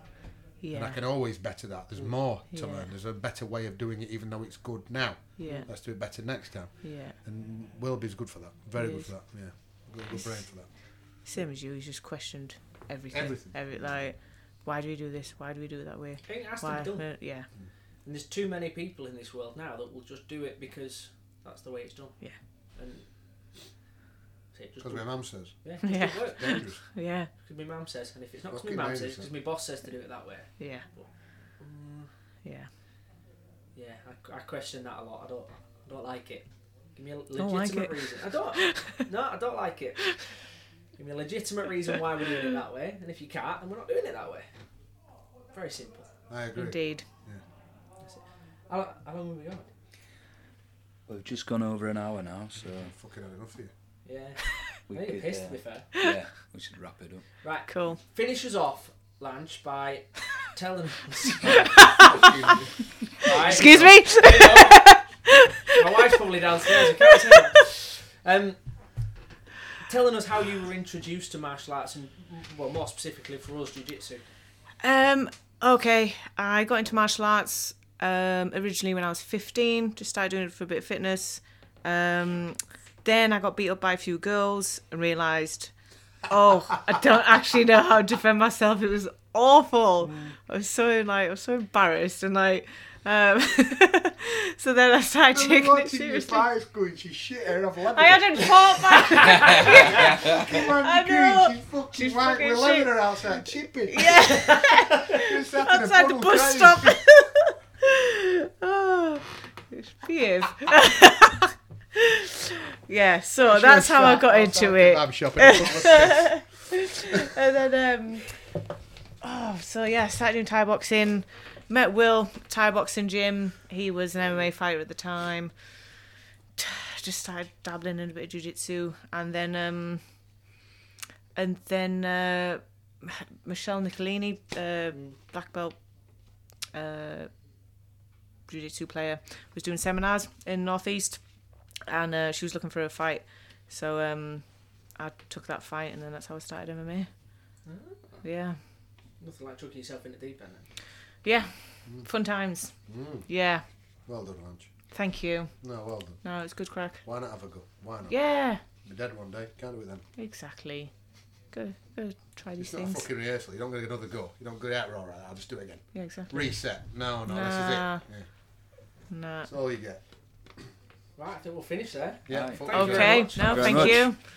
B: And I
A: Yeah.
B: can always better that. There's more to
A: Yeah.
B: learn. There's a better way of doing it, even though it's good now.
A: Yeah.
B: Let's do it better next time.
A: Yeah.
B: And Wilby's good for that. Very
A: He
B: good
A: is.
B: for that. Yeah. Good, good brain for that.
A: Same as you. He's just questioned everything.
B: Everything.
A: Every, like, why do we do this? Why do we do it that way?
C: I think it has to
A: Why?
C: be done.
A: uh, Yeah. *laughs*
C: And there's too many people in this world now that will just do it because that's the way it's done.
A: Yeah.
C: And so it just
B: Because my
C: doesn't-
B: mum says.
C: yeah, it just
A: Yeah.
C: doesn't work.
B: Dangerous.
A: Yeah.
C: Because my mum says, and if it's not because
B: Fucking
C: my mum says,
B: dangerous,
C: it's because my boss says to do it that way.
A: Yeah. Yeah.
C: Yeah, I, I question that a lot. I don't, I don't like it. Give me a
A: Don't like
C: legitimate
A: it.
C: reason. I don't. No, I don't like it. Give me a legitimate reason why we're doing it that way, and if you can't, then we're not doing it that way. Very simple.
B: I agree.
A: Indeed.
C: How, how long have we gone?
D: We've just gone over an hour now, so
B: Fucking had enough of
A: *laughs*
B: you.
C: Yeah,
D: we
C: I think you're
D: could.
C: pissed
D: uh,
C: to be fair.
D: yeah, we should wrap it up.
C: Right,
A: Cool.
C: finish us off,
A: *laughs*
C: Lanch, by telling us. Right.
A: Excuse me.
C: My wife's probably downstairs. I can't say that. Um, telling us how you were introduced to martial arts, and well, more specifically for us, jiu-jitsu.
A: Um, okay, I got into martial arts um, originally when I was 15, just started doing it for a bit of fitness. Um, then I got beat up by a few girls and realised, oh, I don't actually know how to defend myself. It was awful. I was so like, I was so embarrassed and like, um, *laughs* so then I started taking it seriously.
B: going, she's shit her off
A: I hadn't fought back. I know.
B: She's fucking
A: She's
B: right.
A: fucking
B: We're leaving
A: shit.
B: her outside, chipping. *laughs*
A: Yeah.
B: She's sat in a
A: outside the
B: puddle
A: bus
B: crying.
A: stop. oh, it's
B: *laughs*
A: behave. *laughs* yeah, so
B: She
A: Oh, that's
B: was
A: how I
B: sat
A: got
B: outside
A: into
B: the
A: it.
B: kebab shop in a puddle of
A: *laughs*
B: piss.
A: And then, um, oh, so yeah, started doing Thai boxing. Met Will, Thai boxing gym. He was an MMA fighter at the time. *sighs* Just started dabbling in a bit of jujitsu, and then, um, and then uh, Michelle Nicolini, uh, black belt uh, jiu-jitsu player, was doing seminars in Northeast, and uh, she was looking for a fight. So um, I took that fight, and then that's how I started MMA. Yeah,
C: Nothing like chucking yourself in the deep end.
A: yeah, fun times.
B: Mm.
A: Yeah,
B: Well done, lunch.
A: thank you.
B: No, well done.
A: No, it's good crack.
B: Why not have a go? Why not?
A: Yeah,
B: Be dead one day. Can't do it then.
A: exactly. Go, go try these
B: It's not a
A: things.
B: fucking rehearsal. You don't get another go. You don't go out raw. Right? I'll just do it again.
A: Yeah, exactly.
B: Reset. No, no, this is
A: Nah.
B: it. Yeah.
A: Nah.
B: That's all you get.
C: Right, I think we'll finish there.
B: Yeah.
D: Aye.
B: fuck you.
C: Thank you
A: Okay,
C: much.
A: no,
D: Thank you very
A: thank
D: much.
A: you.